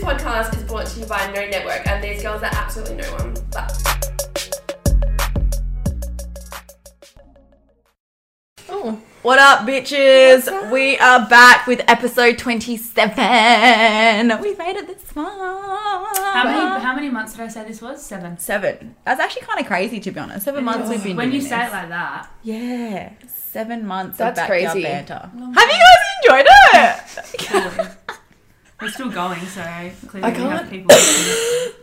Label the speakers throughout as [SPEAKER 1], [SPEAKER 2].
[SPEAKER 1] podcast is brought to you by No Network, and these girls are absolutely no one. But
[SPEAKER 2] What up, bitches? We are back with episode 27. We made it this far.
[SPEAKER 3] How many, how many months did I say this was? Seven.
[SPEAKER 2] Seven. That's actually kind of crazy, to be honest. Seven months we've been
[SPEAKER 3] When you
[SPEAKER 2] doing
[SPEAKER 3] say
[SPEAKER 2] this.
[SPEAKER 3] it like that,
[SPEAKER 2] Yeah. Seven months
[SPEAKER 4] That's
[SPEAKER 2] of backyard
[SPEAKER 4] crazy.
[SPEAKER 2] banter. Have you guys enjoyed it?
[SPEAKER 3] we're still going, so clearly
[SPEAKER 4] I
[SPEAKER 3] we have
[SPEAKER 4] can't.
[SPEAKER 3] people. Sorry.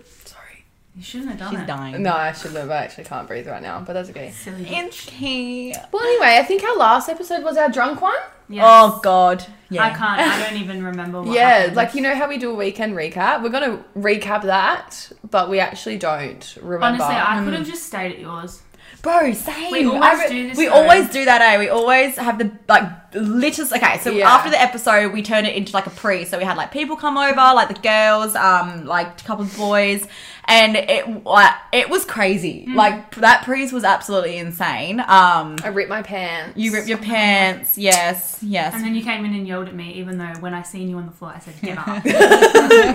[SPEAKER 3] You shouldn't have done
[SPEAKER 2] She's
[SPEAKER 3] it.
[SPEAKER 2] dying.
[SPEAKER 4] No, I shouldn't have. I actually can't breathe right now, but that's okay.
[SPEAKER 3] Silly.
[SPEAKER 2] Inky.
[SPEAKER 4] Well, anyway, I think our last episode was our drunk one.
[SPEAKER 3] Yes.
[SPEAKER 2] Oh, God. Yeah.
[SPEAKER 3] I can't. I don't even remember what
[SPEAKER 4] yeah,
[SPEAKER 3] happened.
[SPEAKER 4] like you know how we do a weekend recap? We're going to recap that, but we actually don't remember. Mm.
[SPEAKER 3] Honestly, I could have just stayed at yours.
[SPEAKER 2] Bro, same.
[SPEAKER 3] We always
[SPEAKER 2] I
[SPEAKER 3] do this,
[SPEAKER 2] We
[SPEAKER 3] though.
[SPEAKER 2] always do that, eh? We always have the like littest. Okay, so
[SPEAKER 4] Yeah.
[SPEAKER 2] after the episode, we turn it into like a pre. So we had like people come over, like the girls, um, like a couple of boys, and it like, it was crazy.
[SPEAKER 3] Mm.
[SPEAKER 2] Like that pre's was absolutely insane. Um,
[SPEAKER 4] I ripped my pants.
[SPEAKER 2] you rip your pants. Yes, yes.
[SPEAKER 3] And then you came in and yelled at me, even though when I seen you on the floor, I said, get up.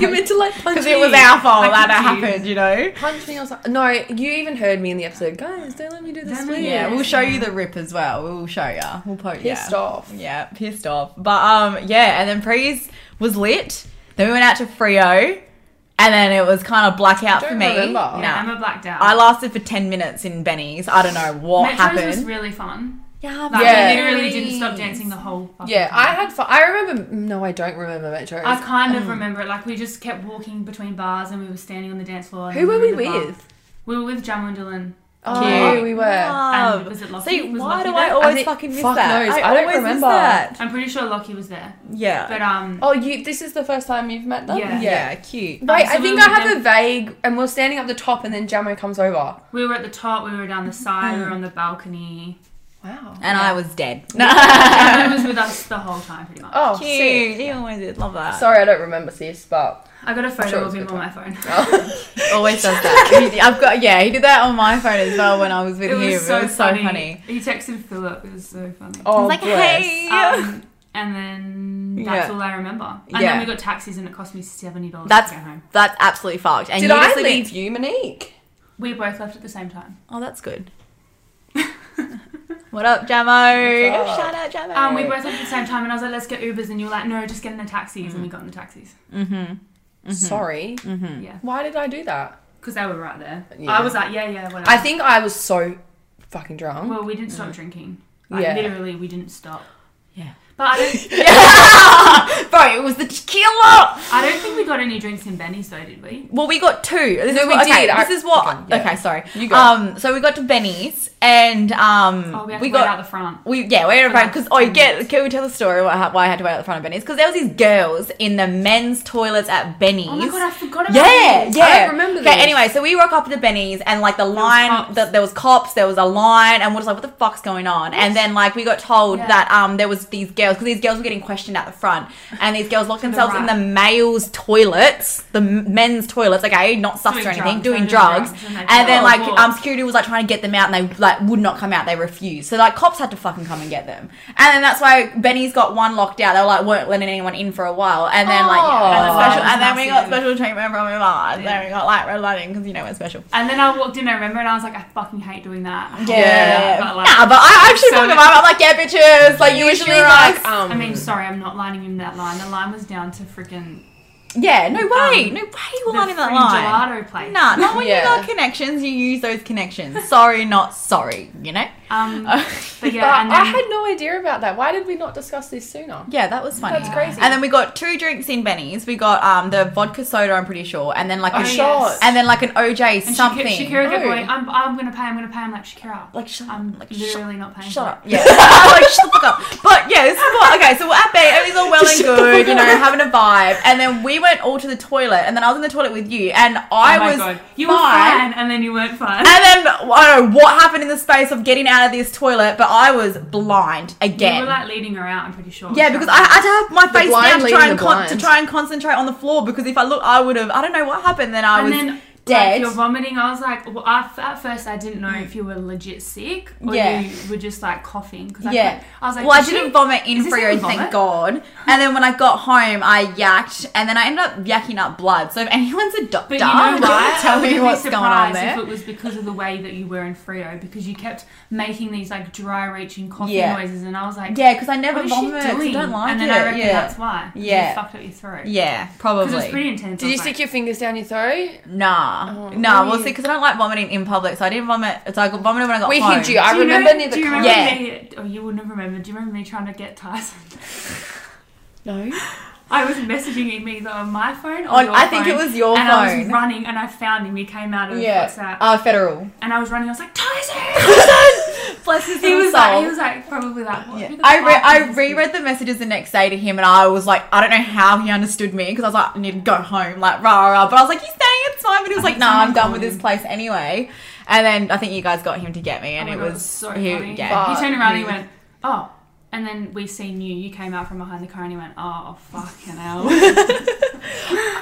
[SPEAKER 4] You're meant to like punch
[SPEAKER 2] Because
[SPEAKER 4] me.
[SPEAKER 2] it was our fault
[SPEAKER 3] I
[SPEAKER 2] that it
[SPEAKER 3] confused.
[SPEAKER 2] happened, you know.
[SPEAKER 4] punch me or something. No, you even heard me in the episode. Guys, don't let me do this.
[SPEAKER 3] Don't let
[SPEAKER 4] please."
[SPEAKER 3] me-
[SPEAKER 2] Yeah,
[SPEAKER 3] Yeah.
[SPEAKER 2] we'll show you the rip as well. We'll show you. We'll post.
[SPEAKER 4] Pissed
[SPEAKER 2] yeah.
[SPEAKER 4] off.
[SPEAKER 2] Yeah, pissed off. But um, yeah, and then Prees was lit. Then we went out to Frio, and then it was kind of blackout
[SPEAKER 4] Don't
[SPEAKER 2] for me.
[SPEAKER 4] remember.
[SPEAKER 2] No.
[SPEAKER 3] Yeah, Emma blacked out.
[SPEAKER 2] I lasted for ten minutes in Benny's. I don't know what
[SPEAKER 3] Metro's
[SPEAKER 2] happened.
[SPEAKER 3] was really fun.
[SPEAKER 2] yeah,
[SPEAKER 3] Like, I
[SPEAKER 4] Yeah.
[SPEAKER 3] literally didn't stop dancing the whole fucking
[SPEAKER 4] Yeah,
[SPEAKER 3] time.
[SPEAKER 4] I had fun. I remember. No, I don't remember Metro.
[SPEAKER 3] I kind
[SPEAKER 4] um,
[SPEAKER 3] of remember it. Like we just kept walking between bars, and we were standing on the dance floor. and
[SPEAKER 4] Who
[SPEAKER 3] then
[SPEAKER 4] were we
[SPEAKER 3] in the bar.
[SPEAKER 4] with?
[SPEAKER 3] We were with Jamal and Dylan.
[SPEAKER 4] Oh, we were.
[SPEAKER 3] And was it Lockie?
[SPEAKER 2] See,
[SPEAKER 3] Was
[SPEAKER 2] why
[SPEAKER 3] Lockie
[SPEAKER 2] do
[SPEAKER 3] there?
[SPEAKER 2] I
[SPEAKER 3] I
[SPEAKER 2] always
[SPEAKER 4] think-
[SPEAKER 2] fucking miss
[SPEAKER 4] fuck
[SPEAKER 2] that?
[SPEAKER 4] knows. I don't
[SPEAKER 2] always miss
[SPEAKER 4] remember.
[SPEAKER 2] that.
[SPEAKER 3] I'm pretty sure Lockie was there,
[SPEAKER 2] Yeah.
[SPEAKER 3] but um,
[SPEAKER 4] Oh, you. This is the first time you've met them.
[SPEAKER 3] Yeah.
[SPEAKER 2] yeah, cute.
[SPEAKER 4] Wait,
[SPEAKER 3] Um,
[SPEAKER 4] I
[SPEAKER 3] so
[SPEAKER 4] think
[SPEAKER 3] we
[SPEAKER 4] I
[SPEAKER 3] were
[SPEAKER 4] have
[SPEAKER 3] down-
[SPEAKER 4] a vague, and we're standing up the top, and then Jamo comes over.
[SPEAKER 3] we were at the top, we were down the side, we were on the balcony.
[SPEAKER 4] Wow.
[SPEAKER 2] And I was dead.
[SPEAKER 3] Oh, Emma was with us the whole time, pretty much.
[SPEAKER 4] Oh, sick.
[SPEAKER 2] cute. You always did. Love that.
[SPEAKER 4] Sorry, I don't remember sis, but
[SPEAKER 3] I got a photo
[SPEAKER 4] sure it
[SPEAKER 3] of
[SPEAKER 4] was
[SPEAKER 3] him
[SPEAKER 4] good Oh,
[SPEAKER 3] on my phone.
[SPEAKER 2] Always does that. He- I've got yeah. He did that on my phone as well when I was with
[SPEAKER 3] It
[SPEAKER 2] him.
[SPEAKER 3] was so
[SPEAKER 2] it was
[SPEAKER 3] funny.
[SPEAKER 2] so funny.
[SPEAKER 3] He texted Philip. It was so funny.
[SPEAKER 4] oh,
[SPEAKER 2] I was like,
[SPEAKER 4] bless.
[SPEAKER 2] hey.
[SPEAKER 3] Um, and then that's
[SPEAKER 2] Yeah.
[SPEAKER 3] all I remember. And
[SPEAKER 2] Yeah.
[SPEAKER 3] then we got taxis, and it cost me seventy dollars
[SPEAKER 2] That's
[SPEAKER 3] to go home.
[SPEAKER 2] that's absolutely fucked. And
[SPEAKER 4] Did
[SPEAKER 2] you
[SPEAKER 4] I
[SPEAKER 2] just
[SPEAKER 4] leave you, Monique?
[SPEAKER 3] We both left at the same time.
[SPEAKER 2] Oh, that's good. what up, Jamo?
[SPEAKER 4] What's up?
[SPEAKER 2] Shout out, Jamo.
[SPEAKER 3] Um, we both left at the same time, and I was like, "Let's get Ubers," and you were like, "No, just get in the taxis," and we
[SPEAKER 2] Hmm.
[SPEAKER 3] got in the taxis.
[SPEAKER 2] Mm-hmm.
[SPEAKER 4] Sorry.
[SPEAKER 2] Mm.
[SPEAKER 3] Yeah,
[SPEAKER 4] Why did I do that?
[SPEAKER 3] because they were right there.
[SPEAKER 4] Yeah.
[SPEAKER 3] I was like, "Yeah, yeah, whatever."
[SPEAKER 4] I think I was so fucking drunk.
[SPEAKER 3] Well, we didn't stop drinking. Like,
[SPEAKER 4] Yeah.
[SPEAKER 3] literally, we didn't stop.
[SPEAKER 2] Hmm. Yeah.
[SPEAKER 3] But I don't,
[SPEAKER 2] Bro, it was the tequila.
[SPEAKER 3] I don't think we got any drinks in Benny's though, did we?
[SPEAKER 2] Well, we got two. This
[SPEAKER 4] No,
[SPEAKER 2] is
[SPEAKER 4] we
[SPEAKER 2] what, okay,
[SPEAKER 4] did. I-
[SPEAKER 2] This is what.
[SPEAKER 4] okay, yeah.
[SPEAKER 2] Okay, sorry.
[SPEAKER 4] You go.
[SPEAKER 2] Um, so we got to Benny's and um,
[SPEAKER 3] Oh, we had
[SPEAKER 2] we
[SPEAKER 3] to wait
[SPEAKER 2] got
[SPEAKER 3] out the front.
[SPEAKER 2] We yeah, we had a
[SPEAKER 3] For
[SPEAKER 2] front
[SPEAKER 3] like
[SPEAKER 2] because oh,
[SPEAKER 3] 10
[SPEAKER 2] get can we tell the story why, why I had to wait at the front of Benny's? Because there was these girls in the men's toilets at Benny's.
[SPEAKER 3] Oh my god, I forgot about
[SPEAKER 2] yeah,
[SPEAKER 3] this.
[SPEAKER 2] yeah.
[SPEAKER 4] I don't remember
[SPEAKER 2] Okay,
[SPEAKER 4] this.
[SPEAKER 2] anyway, so we rock up to Benny's and like the line,
[SPEAKER 3] cops.
[SPEAKER 2] that there was cops, there was a line, and we're just like, what the fuck's going on? And then like we got told
[SPEAKER 3] Yeah.
[SPEAKER 2] that um there was these girls because these girls were getting questioned at the front, and these girls locked
[SPEAKER 3] the
[SPEAKER 2] themselves in
[SPEAKER 3] right.
[SPEAKER 2] the males' toilets, the m- men's toilets, okay, not sus
[SPEAKER 3] Doing
[SPEAKER 2] or anything, doing
[SPEAKER 3] drugs, doing
[SPEAKER 2] drugs,
[SPEAKER 3] drugs,
[SPEAKER 2] and,
[SPEAKER 3] and they-
[SPEAKER 2] then
[SPEAKER 3] Oh,
[SPEAKER 2] like
[SPEAKER 3] God.
[SPEAKER 2] um security was like trying to get them out, and they like would not come out, they refused. So like cops had to fucking come and get them, and then that's why Benny's got one locked out. They were like weren't letting anyone in for a while, and then like yeah, and,
[SPEAKER 4] Oh.
[SPEAKER 2] the special,
[SPEAKER 3] That
[SPEAKER 2] and
[SPEAKER 3] was
[SPEAKER 2] then we got
[SPEAKER 3] massive.
[SPEAKER 2] special treatment from him, ah, and then
[SPEAKER 3] Yeah.
[SPEAKER 2] we got like red lighting because you know we're special.
[SPEAKER 3] And then I walked in, I remember, and I was like, I fucking hate doing that. I hate
[SPEAKER 2] Yeah.
[SPEAKER 3] doing that, But like,
[SPEAKER 2] nah, but I actually
[SPEAKER 3] so
[SPEAKER 2] fucking
[SPEAKER 3] many-
[SPEAKER 2] love it. I'm like, yeah, bitches. Like, you
[SPEAKER 4] Usually,
[SPEAKER 2] usually like,
[SPEAKER 4] like, um,
[SPEAKER 3] I mean, sorry, I'm not lining in that line. The line was down to freaking
[SPEAKER 2] yeah, no way,
[SPEAKER 3] um,
[SPEAKER 2] no way
[SPEAKER 3] the
[SPEAKER 2] you're lining that
[SPEAKER 3] free
[SPEAKER 2] line.
[SPEAKER 3] gelato place.
[SPEAKER 2] Nah, not when
[SPEAKER 4] Yeah.
[SPEAKER 2] you got connections, you use those connections. Sorry, not sorry, you know?
[SPEAKER 3] Um, but
[SPEAKER 4] but
[SPEAKER 3] yeah, and then,
[SPEAKER 4] I had no idea about that. Why did we not discuss this sooner?
[SPEAKER 2] Yeah, that was funny.
[SPEAKER 4] That's crazy.
[SPEAKER 2] And then we got two drinks in Benny's. We got um the vodka soda, I'm pretty sure, and then like
[SPEAKER 4] A
[SPEAKER 2] a
[SPEAKER 3] Oh, yes.
[SPEAKER 4] shot.
[SPEAKER 2] and then like an OJ
[SPEAKER 3] and
[SPEAKER 2] something.
[SPEAKER 3] Shakira, Shakira kept
[SPEAKER 4] No.
[SPEAKER 3] going, I'm, I'm gonna pay, I'm gonna pay. I'm like, Shakira,
[SPEAKER 2] Like, shut up,
[SPEAKER 3] I'm
[SPEAKER 2] like, shut-
[SPEAKER 3] literally not paying.
[SPEAKER 2] Shut
[SPEAKER 3] for it.
[SPEAKER 2] up. Yeah. I'm like, shut the fuck up. But yeah, this is what, okay, so we're at bed, everything's all well and
[SPEAKER 4] Shut the fuck
[SPEAKER 2] good, you know,
[SPEAKER 4] up.
[SPEAKER 2] having a vibe. And then we went all to the toilet, and then I was in the toilet with you, and I
[SPEAKER 3] Oh my
[SPEAKER 2] was
[SPEAKER 3] god, you were
[SPEAKER 2] fine.
[SPEAKER 3] fine, and then you weren't fine.
[SPEAKER 2] And then I don't know what happened in the space of getting out of this toilet, but I was blind
[SPEAKER 3] You
[SPEAKER 2] again.
[SPEAKER 3] were like leading her out. I'm pretty sure.
[SPEAKER 2] yeah, because I had to have my face
[SPEAKER 4] blind
[SPEAKER 2] down to
[SPEAKER 4] leading
[SPEAKER 2] try, and
[SPEAKER 4] the
[SPEAKER 2] con- to
[SPEAKER 4] blind.
[SPEAKER 2] try and concentrate on the floor because if I look, I would have. I don't know what happened. Then I
[SPEAKER 3] And
[SPEAKER 2] was
[SPEAKER 3] then
[SPEAKER 2] dead.
[SPEAKER 3] Like you're vomiting. I was like, well, I, at first I didn't know if you were legit sick or
[SPEAKER 2] Yeah.
[SPEAKER 3] you were just like coughing. Cause I,
[SPEAKER 2] Yeah.
[SPEAKER 3] couldn't- I was like,
[SPEAKER 2] well, I
[SPEAKER 3] "Is she-
[SPEAKER 2] didn't vomit in
[SPEAKER 3] is this
[SPEAKER 2] Frio,
[SPEAKER 3] even
[SPEAKER 2] thank
[SPEAKER 3] vomit?"
[SPEAKER 2] God. And then when I got home, I yacked, and then I ended up yacking up blood. So if anyone's a doctor,
[SPEAKER 3] But you know why?
[SPEAKER 2] tell
[SPEAKER 3] I
[SPEAKER 2] me
[SPEAKER 3] wouldn't
[SPEAKER 2] what's
[SPEAKER 3] be
[SPEAKER 2] going on
[SPEAKER 3] surprised
[SPEAKER 2] there.
[SPEAKER 3] If it was because of the way that you were in Frio, because you kept making these like dry-reaching coughing
[SPEAKER 2] Yeah.
[SPEAKER 3] noises, and I was like,
[SPEAKER 2] yeah, because I never
[SPEAKER 3] what is she
[SPEAKER 2] vomit. 'cause I
[SPEAKER 3] doing?
[SPEAKER 2] don't like
[SPEAKER 3] and then
[SPEAKER 2] it.
[SPEAKER 3] I reckon
[SPEAKER 2] yeah.
[SPEAKER 3] that's why.
[SPEAKER 2] Yeah.
[SPEAKER 3] you fucked up your throat.
[SPEAKER 2] yeah,
[SPEAKER 3] because
[SPEAKER 2] probably.
[SPEAKER 3] it was pretty intense.
[SPEAKER 4] Did
[SPEAKER 3] I
[SPEAKER 4] you
[SPEAKER 3] was
[SPEAKER 4] stick
[SPEAKER 3] like,
[SPEAKER 4] your fingers down your throat?
[SPEAKER 2] Nah,
[SPEAKER 4] Oh,
[SPEAKER 2] nah.
[SPEAKER 4] really?
[SPEAKER 2] Well, see, because I don't like vomiting in public, so I didn't vomit. So I got vomited when I got
[SPEAKER 4] We
[SPEAKER 2] home.
[SPEAKER 4] hid you. I
[SPEAKER 3] do you
[SPEAKER 4] remember
[SPEAKER 3] remember?
[SPEAKER 4] near the
[SPEAKER 3] Do you remember
[SPEAKER 2] Yeah.
[SPEAKER 3] me? Oh, you wouldn't have remembered. Do you remember me trying to get Tyson?
[SPEAKER 4] No.
[SPEAKER 3] I was messaging him either on my phone or
[SPEAKER 2] On-
[SPEAKER 3] your
[SPEAKER 2] I think
[SPEAKER 3] phone,
[SPEAKER 2] it was your
[SPEAKER 3] and I was
[SPEAKER 2] phone.
[SPEAKER 3] running, and I found him. He came out of
[SPEAKER 2] Yeah.
[SPEAKER 3] WhatsApp,
[SPEAKER 2] Uh, federal.
[SPEAKER 3] and I was running. I was like, Tyson.
[SPEAKER 2] Bless his
[SPEAKER 3] he
[SPEAKER 2] little
[SPEAKER 3] was
[SPEAKER 2] soul.
[SPEAKER 3] like, he was like, probably like, what?
[SPEAKER 2] Yeah.
[SPEAKER 3] who the
[SPEAKER 2] I, re-
[SPEAKER 3] fuck is
[SPEAKER 2] I
[SPEAKER 3] this kid?
[SPEAKER 2] reread the messages the next day to him and I was like, I don't know how he understood me because I was like, I need to go home, like, rah, rah. But I was like, you staying at this time? And he was like,
[SPEAKER 3] think
[SPEAKER 2] nah, I'm
[SPEAKER 3] someone
[SPEAKER 2] done with
[SPEAKER 3] called
[SPEAKER 2] this place anyway. And then I think you guys got him to get me and
[SPEAKER 3] oh
[SPEAKER 2] it
[SPEAKER 3] my God,
[SPEAKER 2] was,
[SPEAKER 3] so
[SPEAKER 2] he-
[SPEAKER 3] funny.
[SPEAKER 2] yeah.
[SPEAKER 4] Fuck.
[SPEAKER 3] he turned around and he
[SPEAKER 4] me.
[SPEAKER 3] went, oh. And then we seen you. You came out from behind the car and he went, oh fucking hell.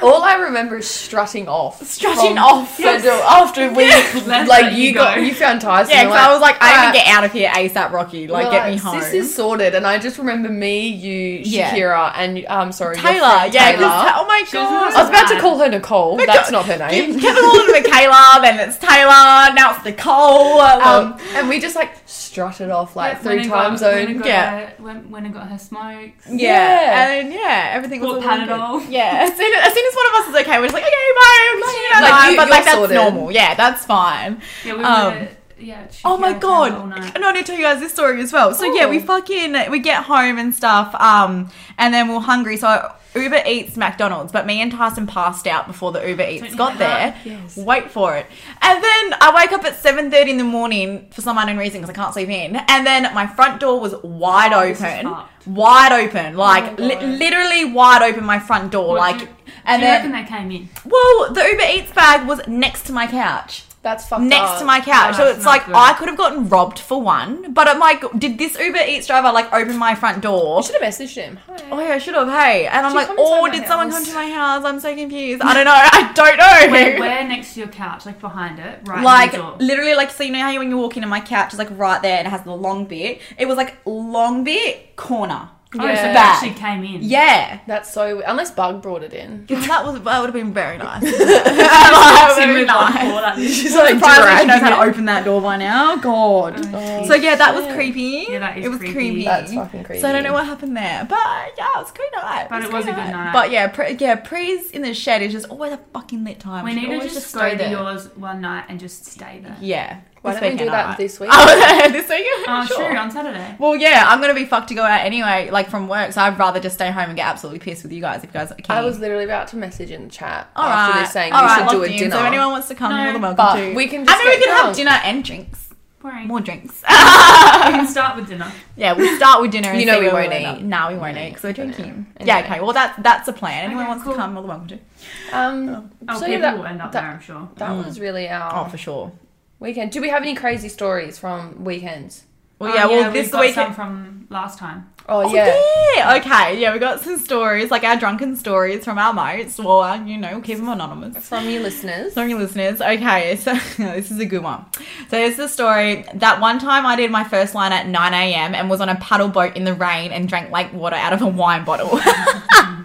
[SPEAKER 4] All I remember is strutting off.
[SPEAKER 2] Strutting
[SPEAKER 4] from
[SPEAKER 2] off.
[SPEAKER 4] Federal- After we,
[SPEAKER 3] Let's
[SPEAKER 4] like
[SPEAKER 3] let
[SPEAKER 4] you
[SPEAKER 3] you
[SPEAKER 4] got,
[SPEAKER 3] go.
[SPEAKER 4] you found Tyson.
[SPEAKER 2] Yeah,
[SPEAKER 4] you're
[SPEAKER 2] because I was like, I need
[SPEAKER 4] "Alright,
[SPEAKER 2] to get out of here ASAP, Rocky. Like,
[SPEAKER 4] We're
[SPEAKER 2] get me home.
[SPEAKER 4] This is sorted, and I just remember me, you,
[SPEAKER 2] Yeah.
[SPEAKER 4] Shakira, and and um, sorry, your
[SPEAKER 2] Taylor.
[SPEAKER 4] friend
[SPEAKER 2] Yeah, 'cause
[SPEAKER 4] Taylor.
[SPEAKER 2] Ta- oh my
[SPEAKER 3] She was
[SPEAKER 2] God.
[SPEAKER 3] really
[SPEAKER 4] I was about to
[SPEAKER 3] Right.
[SPEAKER 4] call her Nicole.
[SPEAKER 2] But
[SPEAKER 4] That's
[SPEAKER 2] go-
[SPEAKER 4] not her
[SPEAKER 2] Kept
[SPEAKER 4] name.
[SPEAKER 2] calling it Michaela, then it's Taylor, now it's Nicole. Um,
[SPEAKER 4] Um, and we just like strutted off
[SPEAKER 3] When
[SPEAKER 4] like three
[SPEAKER 3] I
[SPEAKER 4] time
[SPEAKER 3] got-
[SPEAKER 4] zone.
[SPEAKER 3] When I got,
[SPEAKER 2] Yeah.
[SPEAKER 3] her, when, when I got her smokes.
[SPEAKER 2] yeah.
[SPEAKER 4] yeah.
[SPEAKER 2] and yeah, everything was
[SPEAKER 3] Bought
[SPEAKER 2] all really good.
[SPEAKER 3] Panadol.
[SPEAKER 2] Yeah, as soon as, as soon as one of us is okay, we're just like, okay, bye. I'm just gonna
[SPEAKER 4] Like,
[SPEAKER 2] die.
[SPEAKER 4] you-
[SPEAKER 2] but
[SPEAKER 4] you're
[SPEAKER 2] like that's
[SPEAKER 4] sorted.
[SPEAKER 2] normal. Yeah, that's fine.
[SPEAKER 3] Yeah, we
[SPEAKER 2] Um,
[SPEAKER 3] were. Yeah. she
[SPEAKER 2] Oh my
[SPEAKER 3] carried her all
[SPEAKER 2] god!
[SPEAKER 3] night.
[SPEAKER 2] And I want to tell you guys this story as well. So yeah, we
[SPEAKER 4] Oh.
[SPEAKER 2] fucking we get home and stuff, um, and then we're hungry. So I Uber Eats McDonald's, but me and Tyson passed out before the Uber Eats
[SPEAKER 3] you
[SPEAKER 2] got
[SPEAKER 3] hate
[SPEAKER 2] there.
[SPEAKER 3] that?
[SPEAKER 4] Yes.
[SPEAKER 2] Wait for it, and then I wake up at seven thirty in the morning for some unknown reason because I can't sleep in. And then my front door was wide
[SPEAKER 3] Oh, this is
[SPEAKER 2] open,
[SPEAKER 3] fucked. Oh
[SPEAKER 2] wide open, like
[SPEAKER 4] my
[SPEAKER 2] li-
[SPEAKER 4] God.
[SPEAKER 2] literally wide open. My front door,
[SPEAKER 3] What,
[SPEAKER 2] like,
[SPEAKER 3] do you-
[SPEAKER 2] and
[SPEAKER 3] do you
[SPEAKER 2] then
[SPEAKER 3] reckon they came in?
[SPEAKER 2] well, the Uber Eats bag was next to my couch.
[SPEAKER 4] That's fucked
[SPEAKER 2] Next
[SPEAKER 4] up.
[SPEAKER 2] to my couch. so
[SPEAKER 3] That's
[SPEAKER 2] it's
[SPEAKER 3] not
[SPEAKER 2] like
[SPEAKER 3] good.
[SPEAKER 2] I could have gotten robbed for one, but I'm like, did this Uber Eats driver like open my front door?
[SPEAKER 4] I should have messaged him. Hi.
[SPEAKER 2] Oh yeah, I should have. Hey, and I'm
[SPEAKER 4] She
[SPEAKER 2] like,
[SPEAKER 4] come inside
[SPEAKER 2] oh,
[SPEAKER 4] my
[SPEAKER 2] did someone come
[SPEAKER 4] house.
[SPEAKER 2] to my house? I'm so confused. I don't know. I don't know.
[SPEAKER 3] Where, where next to your couch, like behind it, right?
[SPEAKER 2] like
[SPEAKER 3] in the door.
[SPEAKER 2] literally, like so you know how when you walk in and my couch is like right there and it has the long bit. It was like long bit corner.
[SPEAKER 3] oh, so
[SPEAKER 4] Yeah.
[SPEAKER 3] they
[SPEAKER 2] Back.
[SPEAKER 3] actually came in.
[SPEAKER 2] Yeah,
[SPEAKER 4] That's so. weird. Unless Bug brought it in.
[SPEAKER 2] that was that would have been very nice. That would have been nice.
[SPEAKER 3] "Oh,
[SPEAKER 4] She's like,
[SPEAKER 2] Surprised that she
[SPEAKER 4] dragging
[SPEAKER 2] knows how
[SPEAKER 4] it.
[SPEAKER 2] to open that door by now. God.
[SPEAKER 4] Oh,
[SPEAKER 2] So yeah, that was
[SPEAKER 4] shit.
[SPEAKER 2] creepy.
[SPEAKER 3] Yeah, that is
[SPEAKER 2] it was creepy.
[SPEAKER 3] creepy.
[SPEAKER 4] That's fucking creepy.
[SPEAKER 2] So I don't know what happened there, but yeah, it was a good night.
[SPEAKER 3] But it was a good night.
[SPEAKER 2] But yeah, pre- yeah, pre's in the shed is just always a fucking lit time.
[SPEAKER 3] we
[SPEAKER 2] She
[SPEAKER 3] need to
[SPEAKER 2] always
[SPEAKER 3] just,
[SPEAKER 2] stay
[SPEAKER 3] go to
[SPEAKER 2] there.
[SPEAKER 3] yours one night and just stay there.
[SPEAKER 2] Yeah.
[SPEAKER 4] Why
[SPEAKER 2] this
[SPEAKER 4] don't we do
[SPEAKER 2] weekend,
[SPEAKER 4] that
[SPEAKER 2] alright.
[SPEAKER 4] this week?
[SPEAKER 2] Oh, this weekend.
[SPEAKER 3] Oh,
[SPEAKER 2] sure.
[SPEAKER 3] true. On Saturday.
[SPEAKER 2] Well, yeah, I'm gonna be fucked to go out anyway, like from work. So I'd rather just stay home and get absolutely pissed with you guys if you guys are keen.
[SPEAKER 4] I was literally about to message in the chat
[SPEAKER 2] all
[SPEAKER 4] after
[SPEAKER 2] right,
[SPEAKER 4] this saying
[SPEAKER 2] all
[SPEAKER 4] we
[SPEAKER 2] right,
[SPEAKER 4] should do a
[SPEAKER 2] locked in.
[SPEAKER 4] dinner.
[SPEAKER 2] So if anyone wants to come,
[SPEAKER 3] No,
[SPEAKER 2] you're more than welcome
[SPEAKER 4] but
[SPEAKER 2] to.
[SPEAKER 4] we can
[SPEAKER 2] I
[SPEAKER 4] just
[SPEAKER 2] mean, we
[SPEAKER 4] get
[SPEAKER 2] can have
[SPEAKER 4] drunk.
[SPEAKER 2] dinner and drinks,
[SPEAKER 3] Boring.
[SPEAKER 2] more drinks.
[SPEAKER 3] We can start with dinner.
[SPEAKER 2] Yeah, we'll start with dinner. And
[SPEAKER 4] You
[SPEAKER 2] see
[SPEAKER 4] know we
[SPEAKER 2] where
[SPEAKER 4] won't
[SPEAKER 2] end up.
[SPEAKER 4] eat.
[SPEAKER 2] Nah, we won't
[SPEAKER 4] No,
[SPEAKER 2] eat because we're
[SPEAKER 4] we won't
[SPEAKER 2] drinking.
[SPEAKER 4] eat.
[SPEAKER 2] Yeah,
[SPEAKER 4] Anyway.
[SPEAKER 2] okay. Well, that's that's a plan. Anyone
[SPEAKER 3] Okay,
[SPEAKER 2] wants
[SPEAKER 3] cool.
[SPEAKER 2] to come, more than welcome to.
[SPEAKER 4] Um,
[SPEAKER 3] Oh,
[SPEAKER 4] so yeah,
[SPEAKER 3] people
[SPEAKER 4] that,
[SPEAKER 3] will end up there, I'm sure.
[SPEAKER 4] that was really
[SPEAKER 2] Oh,
[SPEAKER 4] our
[SPEAKER 2] for sure.
[SPEAKER 4] weekend. Do we have any crazy stories from weekends?
[SPEAKER 2] Well,
[SPEAKER 3] Oh,
[SPEAKER 2] yeah. Well,
[SPEAKER 3] we've
[SPEAKER 2] this
[SPEAKER 3] got
[SPEAKER 2] week.
[SPEAKER 3] some from last time.
[SPEAKER 4] Oh,
[SPEAKER 2] Oh,
[SPEAKER 4] yeah.
[SPEAKER 2] yeah. Okay. Yeah, we got some stories, like our drunken stories from our mates. Well, uh, you know, keep them anonymous.
[SPEAKER 4] From you listeners.
[SPEAKER 2] Sorry, listeners. Okay, so this is a good one. So here's the story. That one time I did my first line at 9 a.m. and was on a paddle boat in the rain and drank lake water out of a wine bottle.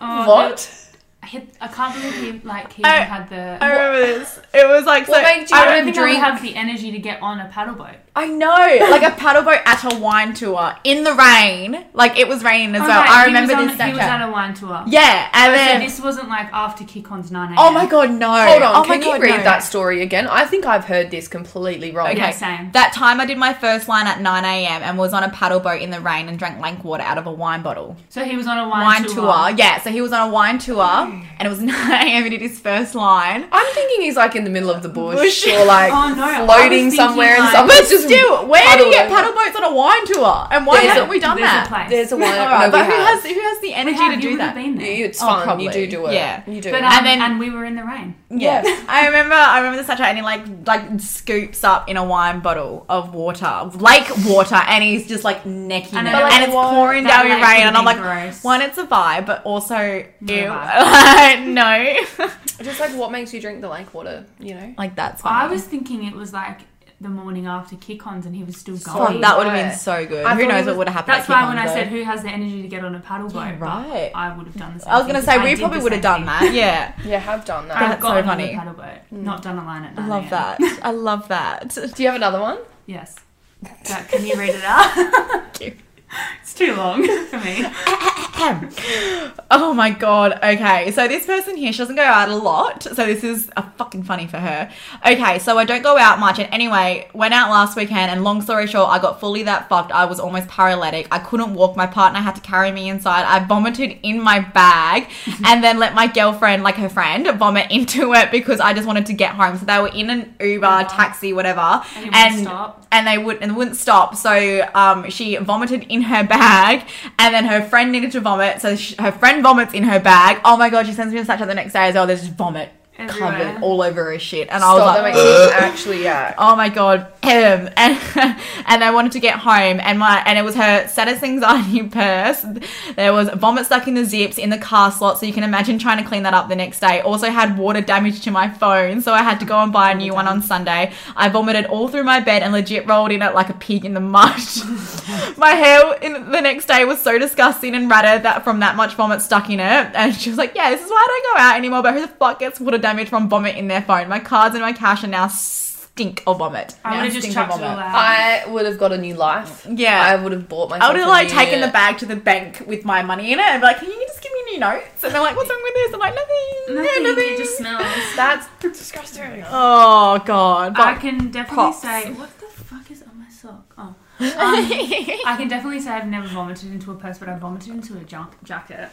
[SPEAKER 3] Oh,
[SPEAKER 4] what?
[SPEAKER 3] I, hit, I can't believe he like he
[SPEAKER 2] I-
[SPEAKER 3] had the.
[SPEAKER 2] I remember this. It was like
[SPEAKER 4] What
[SPEAKER 2] so.
[SPEAKER 4] made you
[SPEAKER 2] I
[SPEAKER 3] I don't
[SPEAKER 4] have
[SPEAKER 3] think
[SPEAKER 4] drink.
[SPEAKER 3] I would have the energy to get on a paddle boat.
[SPEAKER 2] I know, like a paddle boat at a wine tour in the rain. Like it was raining as
[SPEAKER 3] Oh,
[SPEAKER 2] well.
[SPEAKER 3] right,
[SPEAKER 2] I
[SPEAKER 3] he was
[SPEAKER 2] remember this
[SPEAKER 3] on- He was
[SPEAKER 2] Snapchat.
[SPEAKER 3] at a wine tour.
[SPEAKER 2] Yeah, and
[SPEAKER 3] So
[SPEAKER 2] then
[SPEAKER 3] this wasn't like after kick on's 9 a.m.
[SPEAKER 2] oh my god, no!
[SPEAKER 4] Hold on,
[SPEAKER 2] oh my
[SPEAKER 4] can you
[SPEAKER 2] God,
[SPEAKER 4] read
[SPEAKER 2] no.
[SPEAKER 4] that story again? I think I've heard this completely wrong.
[SPEAKER 2] Okay,
[SPEAKER 3] Yeah, same.
[SPEAKER 2] That time I did my first line at 9 a.m. and was on a paddle boat in the rain and drank lank water out of a wine bottle.
[SPEAKER 3] So he was on a wine,
[SPEAKER 2] Wine
[SPEAKER 3] tour.
[SPEAKER 2] tour. Hmm. yeah. So he was on a wine tour, and it was 9 a.m. He did his first line.
[SPEAKER 4] I'm thinking he's like in the middle of the bush,
[SPEAKER 2] Bush.
[SPEAKER 4] or like
[SPEAKER 3] Oh, no, I was
[SPEAKER 4] floating
[SPEAKER 3] thinking,
[SPEAKER 4] somewhere and
[SPEAKER 3] like,
[SPEAKER 4] someone's just
[SPEAKER 2] still, where do
[SPEAKER 4] paddled
[SPEAKER 2] you get
[SPEAKER 4] over.
[SPEAKER 2] paddle boats on a wine tour? And why
[SPEAKER 4] There's a-
[SPEAKER 2] haven't we done
[SPEAKER 3] there's
[SPEAKER 2] that?
[SPEAKER 3] a place.
[SPEAKER 4] There's a
[SPEAKER 2] All
[SPEAKER 4] one.
[SPEAKER 2] right,
[SPEAKER 4] no,
[SPEAKER 2] but
[SPEAKER 4] we
[SPEAKER 2] who
[SPEAKER 4] have.
[SPEAKER 2] has who has the energy
[SPEAKER 3] We have,
[SPEAKER 2] to
[SPEAKER 3] you
[SPEAKER 2] do
[SPEAKER 3] would
[SPEAKER 2] that?
[SPEAKER 3] have been there.
[SPEAKER 4] You- It's
[SPEAKER 2] Oh,
[SPEAKER 4] fun. you
[SPEAKER 2] probably.
[SPEAKER 4] do do it.
[SPEAKER 2] Yeah.
[SPEAKER 4] You do.
[SPEAKER 3] but, um,
[SPEAKER 4] it.
[SPEAKER 2] And
[SPEAKER 3] and
[SPEAKER 2] then-
[SPEAKER 3] we were in the rain.
[SPEAKER 2] Yeah.
[SPEAKER 4] Yes.
[SPEAKER 2] I remember I remember the satire and he like like scoops up in a wine bottle of water, lake water, and he's just like necking
[SPEAKER 3] And
[SPEAKER 2] it
[SPEAKER 3] I like
[SPEAKER 2] and it's
[SPEAKER 3] what-
[SPEAKER 2] pouring
[SPEAKER 3] that
[SPEAKER 2] down your
[SPEAKER 3] lake
[SPEAKER 2] rain
[SPEAKER 3] would
[SPEAKER 2] and I'm
[SPEAKER 3] be
[SPEAKER 2] like
[SPEAKER 3] gross.
[SPEAKER 2] one, it's a vibe, but also
[SPEAKER 3] Not a
[SPEAKER 2] ew. no.
[SPEAKER 4] Just like what makes you drink the lake water, you know?
[SPEAKER 2] like that's
[SPEAKER 3] I
[SPEAKER 2] fine.
[SPEAKER 3] was thinking it was like the morning after kick-ons and he was still
[SPEAKER 4] Oh,
[SPEAKER 3] going.
[SPEAKER 2] Oh, that would have
[SPEAKER 4] right.
[SPEAKER 2] been so good.
[SPEAKER 4] I
[SPEAKER 2] Who
[SPEAKER 4] thought
[SPEAKER 2] knows
[SPEAKER 4] it
[SPEAKER 2] what
[SPEAKER 4] was-
[SPEAKER 2] would have happened?
[SPEAKER 3] That's
[SPEAKER 2] at
[SPEAKER 3] why when I
[SPEAKER 2] Kickon,
[SPEAKER 3] said
[SPEAKER 2] though.
[SPEAKER 3] who has the energy to get on a paddle boat,
[SPEAKER 2] Yeah,
[SPEAKER 3] but
[SPEAKER 2] right.
[SPEAKER 3] I would have done the same.
[SPEAKER 2] I was gonna
[SPEAKER 3] thing 'cause
[SPEAKER 2] say we
[SPEAKER 3] did
[SPEAKER 2] probably
[SPEAKER 3] the
[SPEAKER 2] would have
[SPEAKER 3] same
[SPEAKER 2] done
[SPEAKER 3] thing.
[SPEAKER 2] that. Yeah.
[SPEAKER 4] Yeah, have done that.
[SPEAKER 2] That's
[SPEAKER 3] I've
[SPEAKER 2] so
[SPEAKER 3] gotten on
[SPEAKER 2] funny. Mm.
[SPEAKER 3] the paddle boat, not done a line at night.
[SPEAKER 2] I love that. I love that.
[SPEAKER 4] Do you have another one?
[SPEAKER 3] Yes. Jack, can you read it out? It's too long for me.
[SPEAKER 2] Oh my god. Okay. So this person here, she doesn't go out a lot. So this is a fucking funny for her. Okay. So I don't go out much. And anyway, went out last weekend. And long story short, I got fully that fucked. I was almost paralytic. I couldn't walk. My partner had to carry me inside. I vomited in my bag, and then let my girlfriend, like her friend, vomit into it because I just wanted to get home. So they were in an Uber, taxi, whatever,
[SPEAKER 3] And you wouldn't stop.
[SPEAKER 2] and they would and wouldn't stop. So um, she vomited in her bag, and then her friend needed to vomit. So she, her friend vomits in her bag. Oh my god! She sends me a Snapchat the next day as well. There's just vomit
[SPEAKER 3] Everywhere.
[SPEAKER 2] covered all over her shit, and I was
[SPEAKER 4] Stop,
[SPEAKER 2] like,
[SPEAKER 4] that makes me actually, yeah.
[SPEAKER 2] Oh my god, and and they wanted to get home, and my and it was her saddest anxiety purse. There was vomit stuck in the zips in the car slot, so you can imagine trying to clean that up the next day. Also had water damage to my phone, so I had to go and buy a new one on Sunday. I vomited all through my bed and legit rolled in it like a pig in the mud. my hair in the next day was so disgusting and ratted that from that much vomit stuck in it, and she was like, "Yeah, this is why I don't go out anymore." But who the fuck gets water damage from vomit in their phone? My cards and my cash are now stink of vomit.
[SPEAKER 3] I
[SPEAKER 2] Now
[SPEAKER 3] would have just
[SPEAKER 2] stink of
[SPEAKER 3] chucked it all
[SPEAKER 2] vomit.
[SPEAKER 3] out.
[SPEAKER 4] I would have got a new life.
[SPEAKER 2] Yeah.
[SPEAKER 4] I would have bought myself.
[SPEAKER 2] I would have
[SPEAKER 4] a
[SPEAKER 2] like
[SPEAKER 4] new-
[SPEAKER 2] taken the bag to the bank with my money in it and be like, "Can you just give me new notes?" And they're like, "What's wrong with this?" I'm like, "Nothing,
[SPEAKER 3] Nothing,
[SPEAKER 2] nothing."
[SPEAKER 3] it just smells.
[SPEAKER 4] That's disgusting.
[SPEAKER 2] oh god,
[SPEAKER 3] I
[SPEAKER 2] but
[SPEAKER 3] can definitely
[SPEAKER 2] Props.
[SPEAKER 3] say, what the fuck is on my sock? Oh. Um, I can definitely say I've never vomited into a purse, but I vomited into a junk jacket.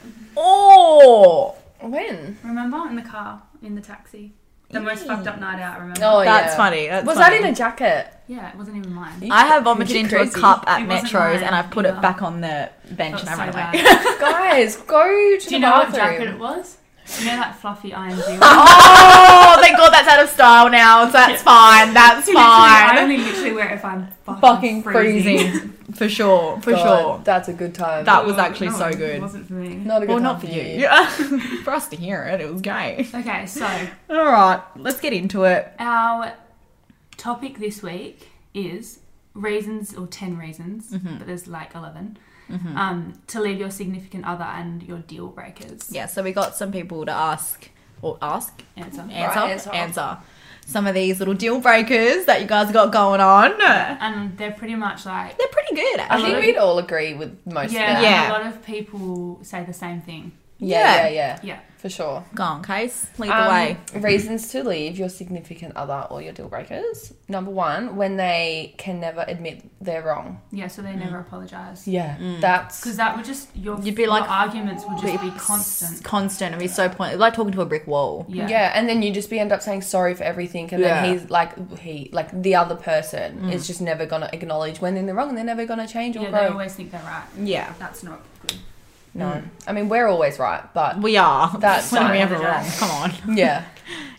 [SPEAKER 2] oh,
[SPEAKER 4] When?
[SPEAKER 3] Remember? In the car, in the taxi. The most fucked up night out, remember?
[SPEAKER 4] Oh,
[SPEAKER 2] that's
[SPEAKER 4] yeah.
[SPEAKER 2] funny. That's
[SPEAKER 4] Was
[SPEAKER 2] funny.
[SPEAKER 4] that in a jacket?
[SPEAKER 3] Yeah, it wasn't even mine.
[SPEAKER 2] I have vomited
[SPEAKER 4] You
[SPEAKER 2] into a
[SPEAKER 4] crazy.
[SPEAKER 2] cup at
[SPEAKER 3] It wasn't
[SPEAKER 2] Metros
[SPEAKER 3] mine
[SPEAKER 2] and I've put it
[SPEAKER 3] either.
[SPEAKER 2] back on the bench
[SPEAKER 3] Felt
[SPEAKER 2] and I ran
[SPEAKER 3] so
[SPEAKER 2] away.
[SPEAKER 3] bad.
[SPEAKER 4] Guys, go to
[SPEAKER 3] Do you
[SPEAKER 4] the
[SPEAKER 3] know what
[SPEAKER 4] bathroom.
[SPEAKER 3] jacket it was? You know that fluffy IMG one?
[SPEAKER 2] oh, thank god that's out of style now, so that's fine, that's
[SPEAKER 3] Literally, I
[SPEAKER 2] fine.
[SPEAKER 3] only literally wear it if I'm fucking,
[SPEAKER 2] Fucking
[SPEAKER 3] freezing.
[SPEAKER 2] freezing. For sure, for
[SPEAKER 4] God,
[SPEAKER 2] sure.
[SPEAKER 4] That's a good time.
[SPEAKER 2] That was actually
[SPEAKER 3] No,
[SPEAKER 2] so
[SPEAKER 3] it
[SPEAKER 2] good.
[SPEAKER 3] wasn't for me.
[SPEAKER 4] not a good
[SPEAKER 2] Well,
[SPEAKER 4] time
[SPEAKER 2] not for you. Yeah. for us to hear it, it was great.
[SPEAKER 3] Okay, so
[SPEAKER 2] All right, let's get into it.
[SPEAKER 3] our topic this week is reasons or 10 reasons,
[SPEAKER 2] Mm-hmm.
[SPEAKER 3] but there's like 11, um, to leave your significant other and your deal breakers.
[SPEAKER 2] Yeah, so we got some people to ask or ask,
[SPEAKER 3] Answer.
[SPEAKER 2] answer,
[SPEAKER 4] Right,
[SPEAKER 2] answer,
[SPEAKER 4] answer.
[SPEAKER 2] some of these little deal breakers that you guys got going on. They're
[SPEAKER 3] And they're pretty much like,
[SPEAKER 2] pretty good,
[SPEAKER 4] I
[SPEAKER 2] actually.
[SPEAKER 4] think we'd all agree with most
[SPEAKER 3] yeah,
[SPEAKER 4] of
[SPEAKER 3] and
[SPEAKER 4] that.
[SPEAKER 2] Yeah.
[SPEAKER 3] a lot of people say the same thing.
[SPEAKER 4] Yeah,
[SPEAKER 2] Yeah.
[SPEAKER 4] yeah, yeah,
[SPEAKER 3] Yeah.
[SPEAKER 4] for sure.
[SPEAKER 2] Go on, Case. Lead the
[SPEAKER 4] Um,
[SPEAKER 2] way.
[SPEAKER 4] Reasons to leave your significant other or your deal breakers. Number one, when they can never admit they're wrong.
[SPEAKER 3] Yeah, so they never apologize.
[SPEAKER 4] Yeah, that's
[SPEAKER 3] Because that would just, your,
[SPEAKER 2] Mm-hmm. You'd be
[SPEAKER 3] your
[SPEAKER 2] like,
[SPEAKER 3] arguments would just be
[SPEAKER 2] It's
[SPEAKER 3] constant.
[SPEAKER 2] Constant. It'd be so pointless. Like talking to a brick wall.
[SPEAKER 4] yeah.
[SPEAKER 3] Yeah.
[SPEAKER 4] and then you just be end up saying sorry for everything, and
[SPEAKER 2] Yeah.
[SPEAKER 4] then he's like he like the other person is just never gonna acknowledge when they're wrong, and they're never gonna change or
[SPEAKER 3] Mm. Yeah, they
[SPEAKER 4] grow.
[SPEAKER 3] always think they're right.
[SPEAKER 2] Yeah.
[SPEAKER 3] That's not good.
[SPEAKER 4] no, I mean we're always right, but
[SPEAKER 2] We are.
[SPEAKER 4] That's
[SPEAKER 2] when are we
[SPEAKER 3] fine.
[SPEAKER 2] ever wrong? Come on.
[SPEAKER 4] yeah,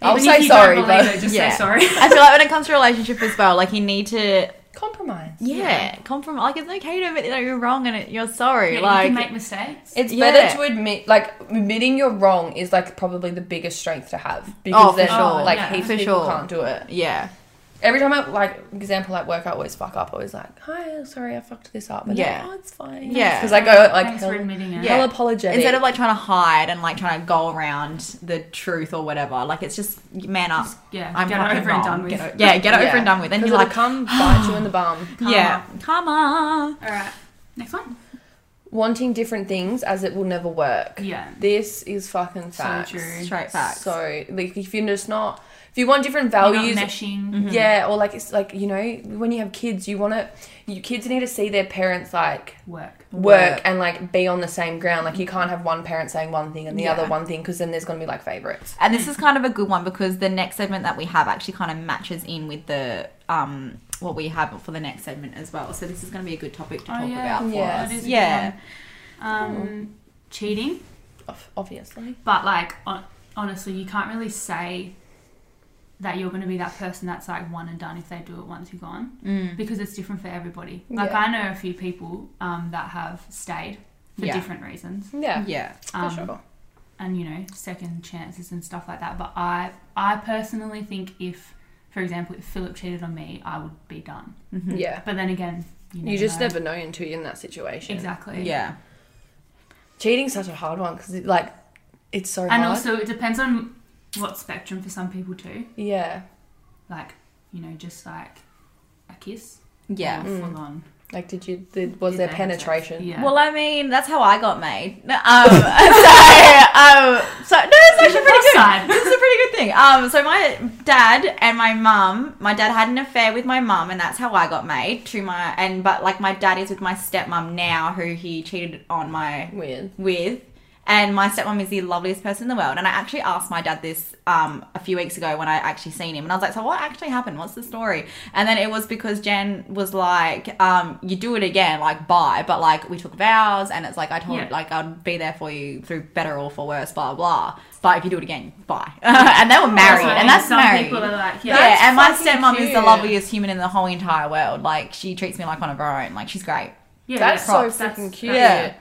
[SPEAKER 4] I'll
[SPEAKER 3] Even
[SPEAKER 4] say
[SPEAKER 3] if you
[SPEAKER 4] sorry,
[SPEAKER 3] don't believe
[SPEAKER 4] but
[SPEAKER 3] it, just
[SPEAKER 2] Yeah.
[SPEAKER 3] say sorry.
[SPEAKER 2] I feel like when it comes to relationship as well, like you need to,
[SPEAKER 4] compromise.
[SPEAKER 2] yeah, compromise. Like it's okay to admit that you're wrong and it, you're sorry.
[SPEAKER 3] Yeah,
[SPEAKER 2] like
[SPEAKER 3] you can make mistakes.
[SPEAKER 4] It's
[SPEAKER 2] Yeah.
[SPEAKER 4] better to admit, like admitting you're wrong is like probably the biggest strength to have because
[SPEAKER 2] Oh, for
[SPEAKER 4] then
[SPEAKER 2] sure.
[SPEAKER 4] like
[SPEAKER 3] Yeah.
[SPEAKER 4] heaps
[SPEAKER 2] For
[SPEAKER 4] of people
[SPEAKER 2] sure.
[SPEAKER 4] can't do it.
[SPEAKER 2] yeah,
[SPEAKER 4] Every time I like example at work, I always fuck up. I always like, hi, sorry, I fucked this up. And yeah,
[SPEAKER 2] Yeah.
[SPEAKER 4] oh, it's fine.
[SPEAKER 2] Yeah.
[SPEAKER 4] because I go like
[SPEAKER 3] Thanks
[SPEAKER 4] hell,
[SPEAKER 3] for admitting it.
[SPEAKER 2] Yeah.
[SPEAKER 4] hell apologetic
[SPEAKER 2] instead of like trying to hide and like trying to go around the truth or whatever like it's just man up
[SPEAKER 3] Yeah,
[SPEAKER 2] i'm
[SPEAKER 3] get it
[SPEAKER 2] fucking
[SPEAKER 3] over
[SPEAKER 2] wrong.
[SPEAKER 3] and done with.
[SPEAKER 2] Get o- yeah get it over and done with and you're like
[SPEAKER 4] come bite you in the bum.
[SPEAKER 2] yeah come on
[SPEAKER 3] All right, next one.
[SPEAKER 4] Wanting different things as it will never work.
[SPEAKER 3] Yeah.
[SPEAKER 4] this is fucking facts.
[SPEAKER 3] true.
[SPEAKER 2] straight facts
[SPEAKER 4] So like if you're just not if you want different
[SPEAKER 3] You're
[SPEAKER 4] values,
[SPEAKER 3] not meshing.
[SPEAKER 4] yeah, or like it's like you know when you have kids, you want to your kids need to see their parents like
[SPEAKER 3] Work.
[SPEAKER 4] work,
[SPEAKER 2] Work.
[SPEAKER 4] and like be on the same ground. Like you can't have one parent saying one thing and the
[SPEAKER 2] Yeah.
[SPEAKER 4] other one thing because then there's gonna be like favorites.
[SPEAKER 2] and this is kind of a good one because the next segment that we have actually kind of matches in with the um what we have for the next segment as well. So this is going to be a good topic to
[SPEAKER 3] Oh,
[SPEAKER 2] talk
[SPEAKER 3] yeah.
[SPEAKER 2] about for
[SPEAKER 4] Yeah.
[SPEAKER 2] us.
[SPEAKER 3] It is a good
[SPEAKER 2] yeah.
[SPEAKER 3] Um, cheating,
[SPEAKER 4] Ob- Obviously.
[SPEAKER 3] but like on- honestly, you can't really say that you're going to be that person that's like one and done if they do it once you're gone.
[SPEAKER 2] Mm.
[SPEAKER 3] because it's different for everybody. Like
[SPEAKER 4] Mm-hmm. Yeah.
[SPEAKER 3] I know a few people um, that have stayed for
[SPEAKER 2] Yeah.
[SPEAKER 3] different reasons,
[SPEAKER 4] Yeah.
[SPEAKER 2] Yeah.
[SPEAKER 3] um,
[SPEAKER 4] sure.
[SPEAKER 3] and you know second chances and stuff like that. But I I personally think if, for example, if Philip cheated on me, I would be done.
[SPEAKER 2] Mhm.
[SPEAKER 4] Yeah.
[SPEAKER 3] But then again, you,
[SPEAKER 4] You just
[SPEAKER 3] know.
[SPEAKER 4] never know until you're in that situation.
[SPEAKER 3] exactly
[SPEAKER 2] Yeah.
[SPEAKER 4] Cheating's such a hard one because, like, it's so
[SPEAKER 3] And
[SPEAKER 4] hard.
[SPEAKER 3] also it depends on what spectrum for some people too.
[SPEAKER 4] yeah.
[SPEAKER 3] Like you know just like a kiss,
[SPEAKER 2] Yeah.
[SPEAKER 3] or
[SPEAKER 4] Mm.
[SPEAKER 3] full on.
[SPEAKER 4] Like, did you? Did, was
[SPEAKER 3] Did
[SPEAKER 4] there
[SPEAKER 3] they have sex?
[SPEAKER 4] penetration?
[SPEAKER 3] Oh, Yeah.
[SPEAKER 2] Well, I mean, that's how I got made. No, Um, so, um, so no, it's actually pretty
[SPEAKER 3] plus
[SPEAKER 2] good.
[SPEAKER 3] side.
[SPEAKER 2] This is a pretty good thing. Um, so my dad and my mum, my dad had an affair with my mum, and that's how I got made. To my and but like my dad is with my stepmom now, who he cheated on my
[SPEAKER 4] Weird.
[SPEAKER 2] with. And my stepmom is the loveliest person in the world. And I actually asked my dad this um, a few weeks ago when I actually seen him. And I was like, so what actually happened? What's the story? And then it was because Jen was like, um, you do it again, like, bye. But like, we took vows. And it's like, I told,
[SPEAKER 3] Yeah.
[SPEAKER 2] like, I'd be there for you through better or for worse, blah, blah. But if you do it again, bye. and they were married.
[SPEAKER 3] Also,
[SPEAKER 2] and that's
[SPEAKER 3] some
[SPEAKER 2] married.
[SPEAKER 3] people are like
[SPEAKER 2] Yeah,
[SPEAKER 3] yeah.
[SPEAKER 2] and my
[SPEAKER 4] fucking
[SPEAKER 2] stepmom is the
[SPEAKER 4] cute.
[SPEAKER 2] loveliest human in the whole entire world. Like, she treats me like one of her own. Like, she's great.
[SPEAKER 3] yeah
[SPEAKER 4] That's
[SPEAKER 3] yeah,
[SPEAKER 4] so
[SPEAKER 3] props, that's-
[SPEAKER 4] freaking
[SPEAKER 3] that's-
[SPEAKER 4] cute.
[SPEAKER 2] Yeah.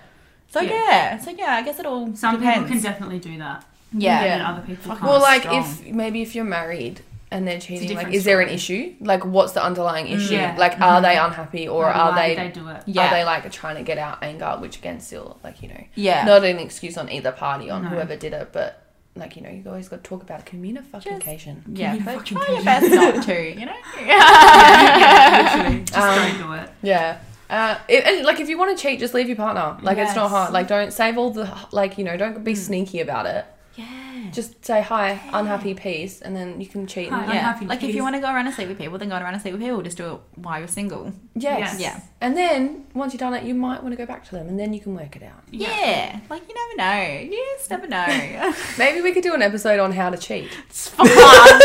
[SPEAKER 2] So
[SPEAKER 3] Yeah.
[SPEAKER 2] yeah. so yeah, I guess it all
[SPEAKER 3] Some
[SPEAKER 2] depends.
[SPEAKER 3] people can definitely do that.
[SPEAKER 2] yeah.
[SPEAKER 4] Yeah.
[SPEAKER 3] And other people can't.
[SPEAKER 4] Well, like,
[SPEAKER 2] strong.
[SPEAKER 4] if maybe if you're married and they're cheating, like,
[SPEAKER 3] different
[SPEAKER 4] is there an
[SPEAKER 3] story.
[SPEAKER 4] issue? Like, what's the underlying issue?
[SPEAKER 3] Yeah.
[SPEAKER 4] Like, are they unhappy or
[SPEAKER 3] Maybe
[SPEAKER 4] are
[SPEAKER 3] why
[SPEAKER 4] they?
[SPEAKER 3] did they do it?
[SPEAKER 2] Yeah.
[SPEAKER 4] Are they like trying to get out anger, which again, still like you know,
[SPEAKER 2] Yeah.
[SPEAKER 4] not an excuse on either party on
[SPEAKER 3] No.
[SPEAKER 4] whoever did it, but like you know, you always got to talk about communication.
[SPEAKER 2] yeah,
[SPEAKER 3] Can you
[SPEAKER 2] but
[SPEAKER 3] fucking
[SPEAKER 2] try
[SPEAKER 3] do
[SPEAKER 2] your
[SPEAKER 3] it?
[SPEAKER 2] best not to, you know?
[SPEAKER 3] yeah, yeah, literally. Just
[SPEAKER 4] Um,
[SPEAKER 3] don't do it.
[SPEAKER 4] Yeah. Uh, it, and like if you want to cheat, just leave your partner. Like it's not
[SPEAKER 3] Yes. Mm.
[SPEAKER 4] hard. Like don't save all the like you know. Don't be sneaky about it.
[SPEAKER 2] Yeah.
[SPEAKER 4] Just say hi, unhappy peace, and then you can cheat.
[SPEAKER 3] Hi.
[SPEAKER 4] And,
[SPEAKER 2] Yeah.
[SPEAKER 3] Unhappy
[SPEAKER 2] Like if
[SPEAKER 3] days.
[SPEAKER 2] you want to go around and sleep with people, then go around and sleep with people. Just do it while you're single.
[SPEAKER 4] yes.
[SPEAKER 3] Yes.
[SPEAKER 2] Yeah.
[SPEAKER 4] And then once you've done it, you might want to go back to them, and then you can work it out.
[SPEAKER 2] Yeah. Like you never know. You just never know.
[SPEAKER 4] Maybe we could do an episode on how to cheat.
[SPEAKER 2] it's fun.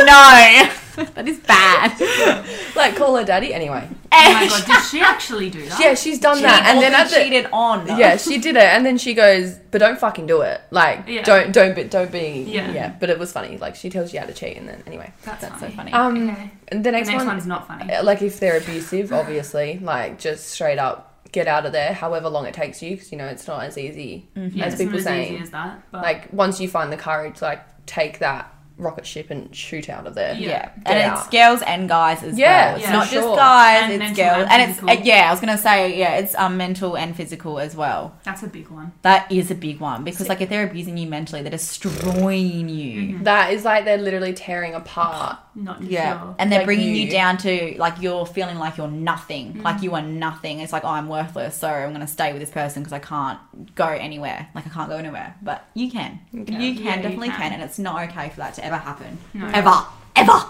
[SPEAKER 2] no. that is bad. Eh.
[SPEAKER 4] Like call her daddy. Anyway.
[SPEAKER 3] Oh my god, did she actually do that?
[SPEAKER 4] Yeah, she's done that, and then at the
[SPEAKER 2] cheated on.
[SPEAKER 4] yeah, she did it, and then she goes, "But don't fucking do it. Like,
[SPEAKER 3] Yeah.
[SPEAKER 4] don't, don't, be, don't be. Yeah.
[SPEAKER 3] Yeah.
[SPEAKER 4] But it was funny. Like, she tells you how to cheat, and then anyway.
[SPEAKER 3] That's,
[SPEAKER 2] That's so funny.
[SPEAKER 3] funny.
[SPEAKER 4] Um,
[SPEAKER 3] Okay.
[SPEAKER 4] and the
[SPEAKER 3] The
[SPEAKER 4] next,
[SPEAKER 3] next
[SPEAKER 4] one,
[SPEAKER 3] one's not funny.
[SPEAKER 4] uh, like, if they're abusive, obviously, like, just straight up get out of there. However long it takes you, because you know it's not as easy
[SPEAKER 3] Yeah,
[SPEAKER 4] as
[SPEAKER 3] it's
[SPEAKER 4] people
[SPEAKER 3] not as
[SPEAKER 4] saying.
[SPEAKER 3] easy as that. But
[SPEAKER 4] like, once you find the courage, like, take that rocket ship and shoot out of there.
[SPEAKER 3] Yeah.
[SPEAKER 2] yeah,
[SPEAKER 4] Get
[SPEAKER 2] and
[SPEAKER 4] out.
[SPEAKER 2] it's girls and guys as
[SPEAKER 4] Yeah,
[SPEAKER 2] well. It's
[SPEAKER 3] yeah,
[SPEAKER 2] not
[SPEAKER 4] sure.
[SPEAKER 2] just guys;
[SPEAKER 3] And
[SPEAKER 2] it's
[SPEAKER 3] mental
[SPEAKER 2] girls,
[SPEAKER 3] and
[SPEAKER 2] and it's eh,
[SPEAKER 3] physical.
[SPEAKER 2] yeah. I was gonna say yeah, it's um mental and physical as well.
[SPEAKER 3] that's a big one.
[SPEAKER 2] That is a big one because like if they're abusing you mentally, they're destroying you.
[SPEAKER 4] That is like they're literally tearing apart.
[SPEAKER 3] Not
[SPEAKER 2] Yeah,
[SPEAKER 3] sure.
[SPEAKER 2] and they're
[SPEAKER 4] Like
[SPEAKER 2] bringing you. Mm-hmm.
[SPEAKER 4] you.
[SPEAKER 2] down to like you're feeling like you're nothing, like you are nothing. It's like oh, I'm worthless, so I'm gonna stay with this person because I can't go anywhere. Like I can't go anywhere, but you can, you can,
[SPEAKER 3] Yeah, you
[SPEAKER 2] definitely
[SPEAKER 3] can.
[SPEAKER 2] can. and it's not okay for that to ever happen,
[SPEAKER 3] No.
[SPEAKER 2] ever, ever,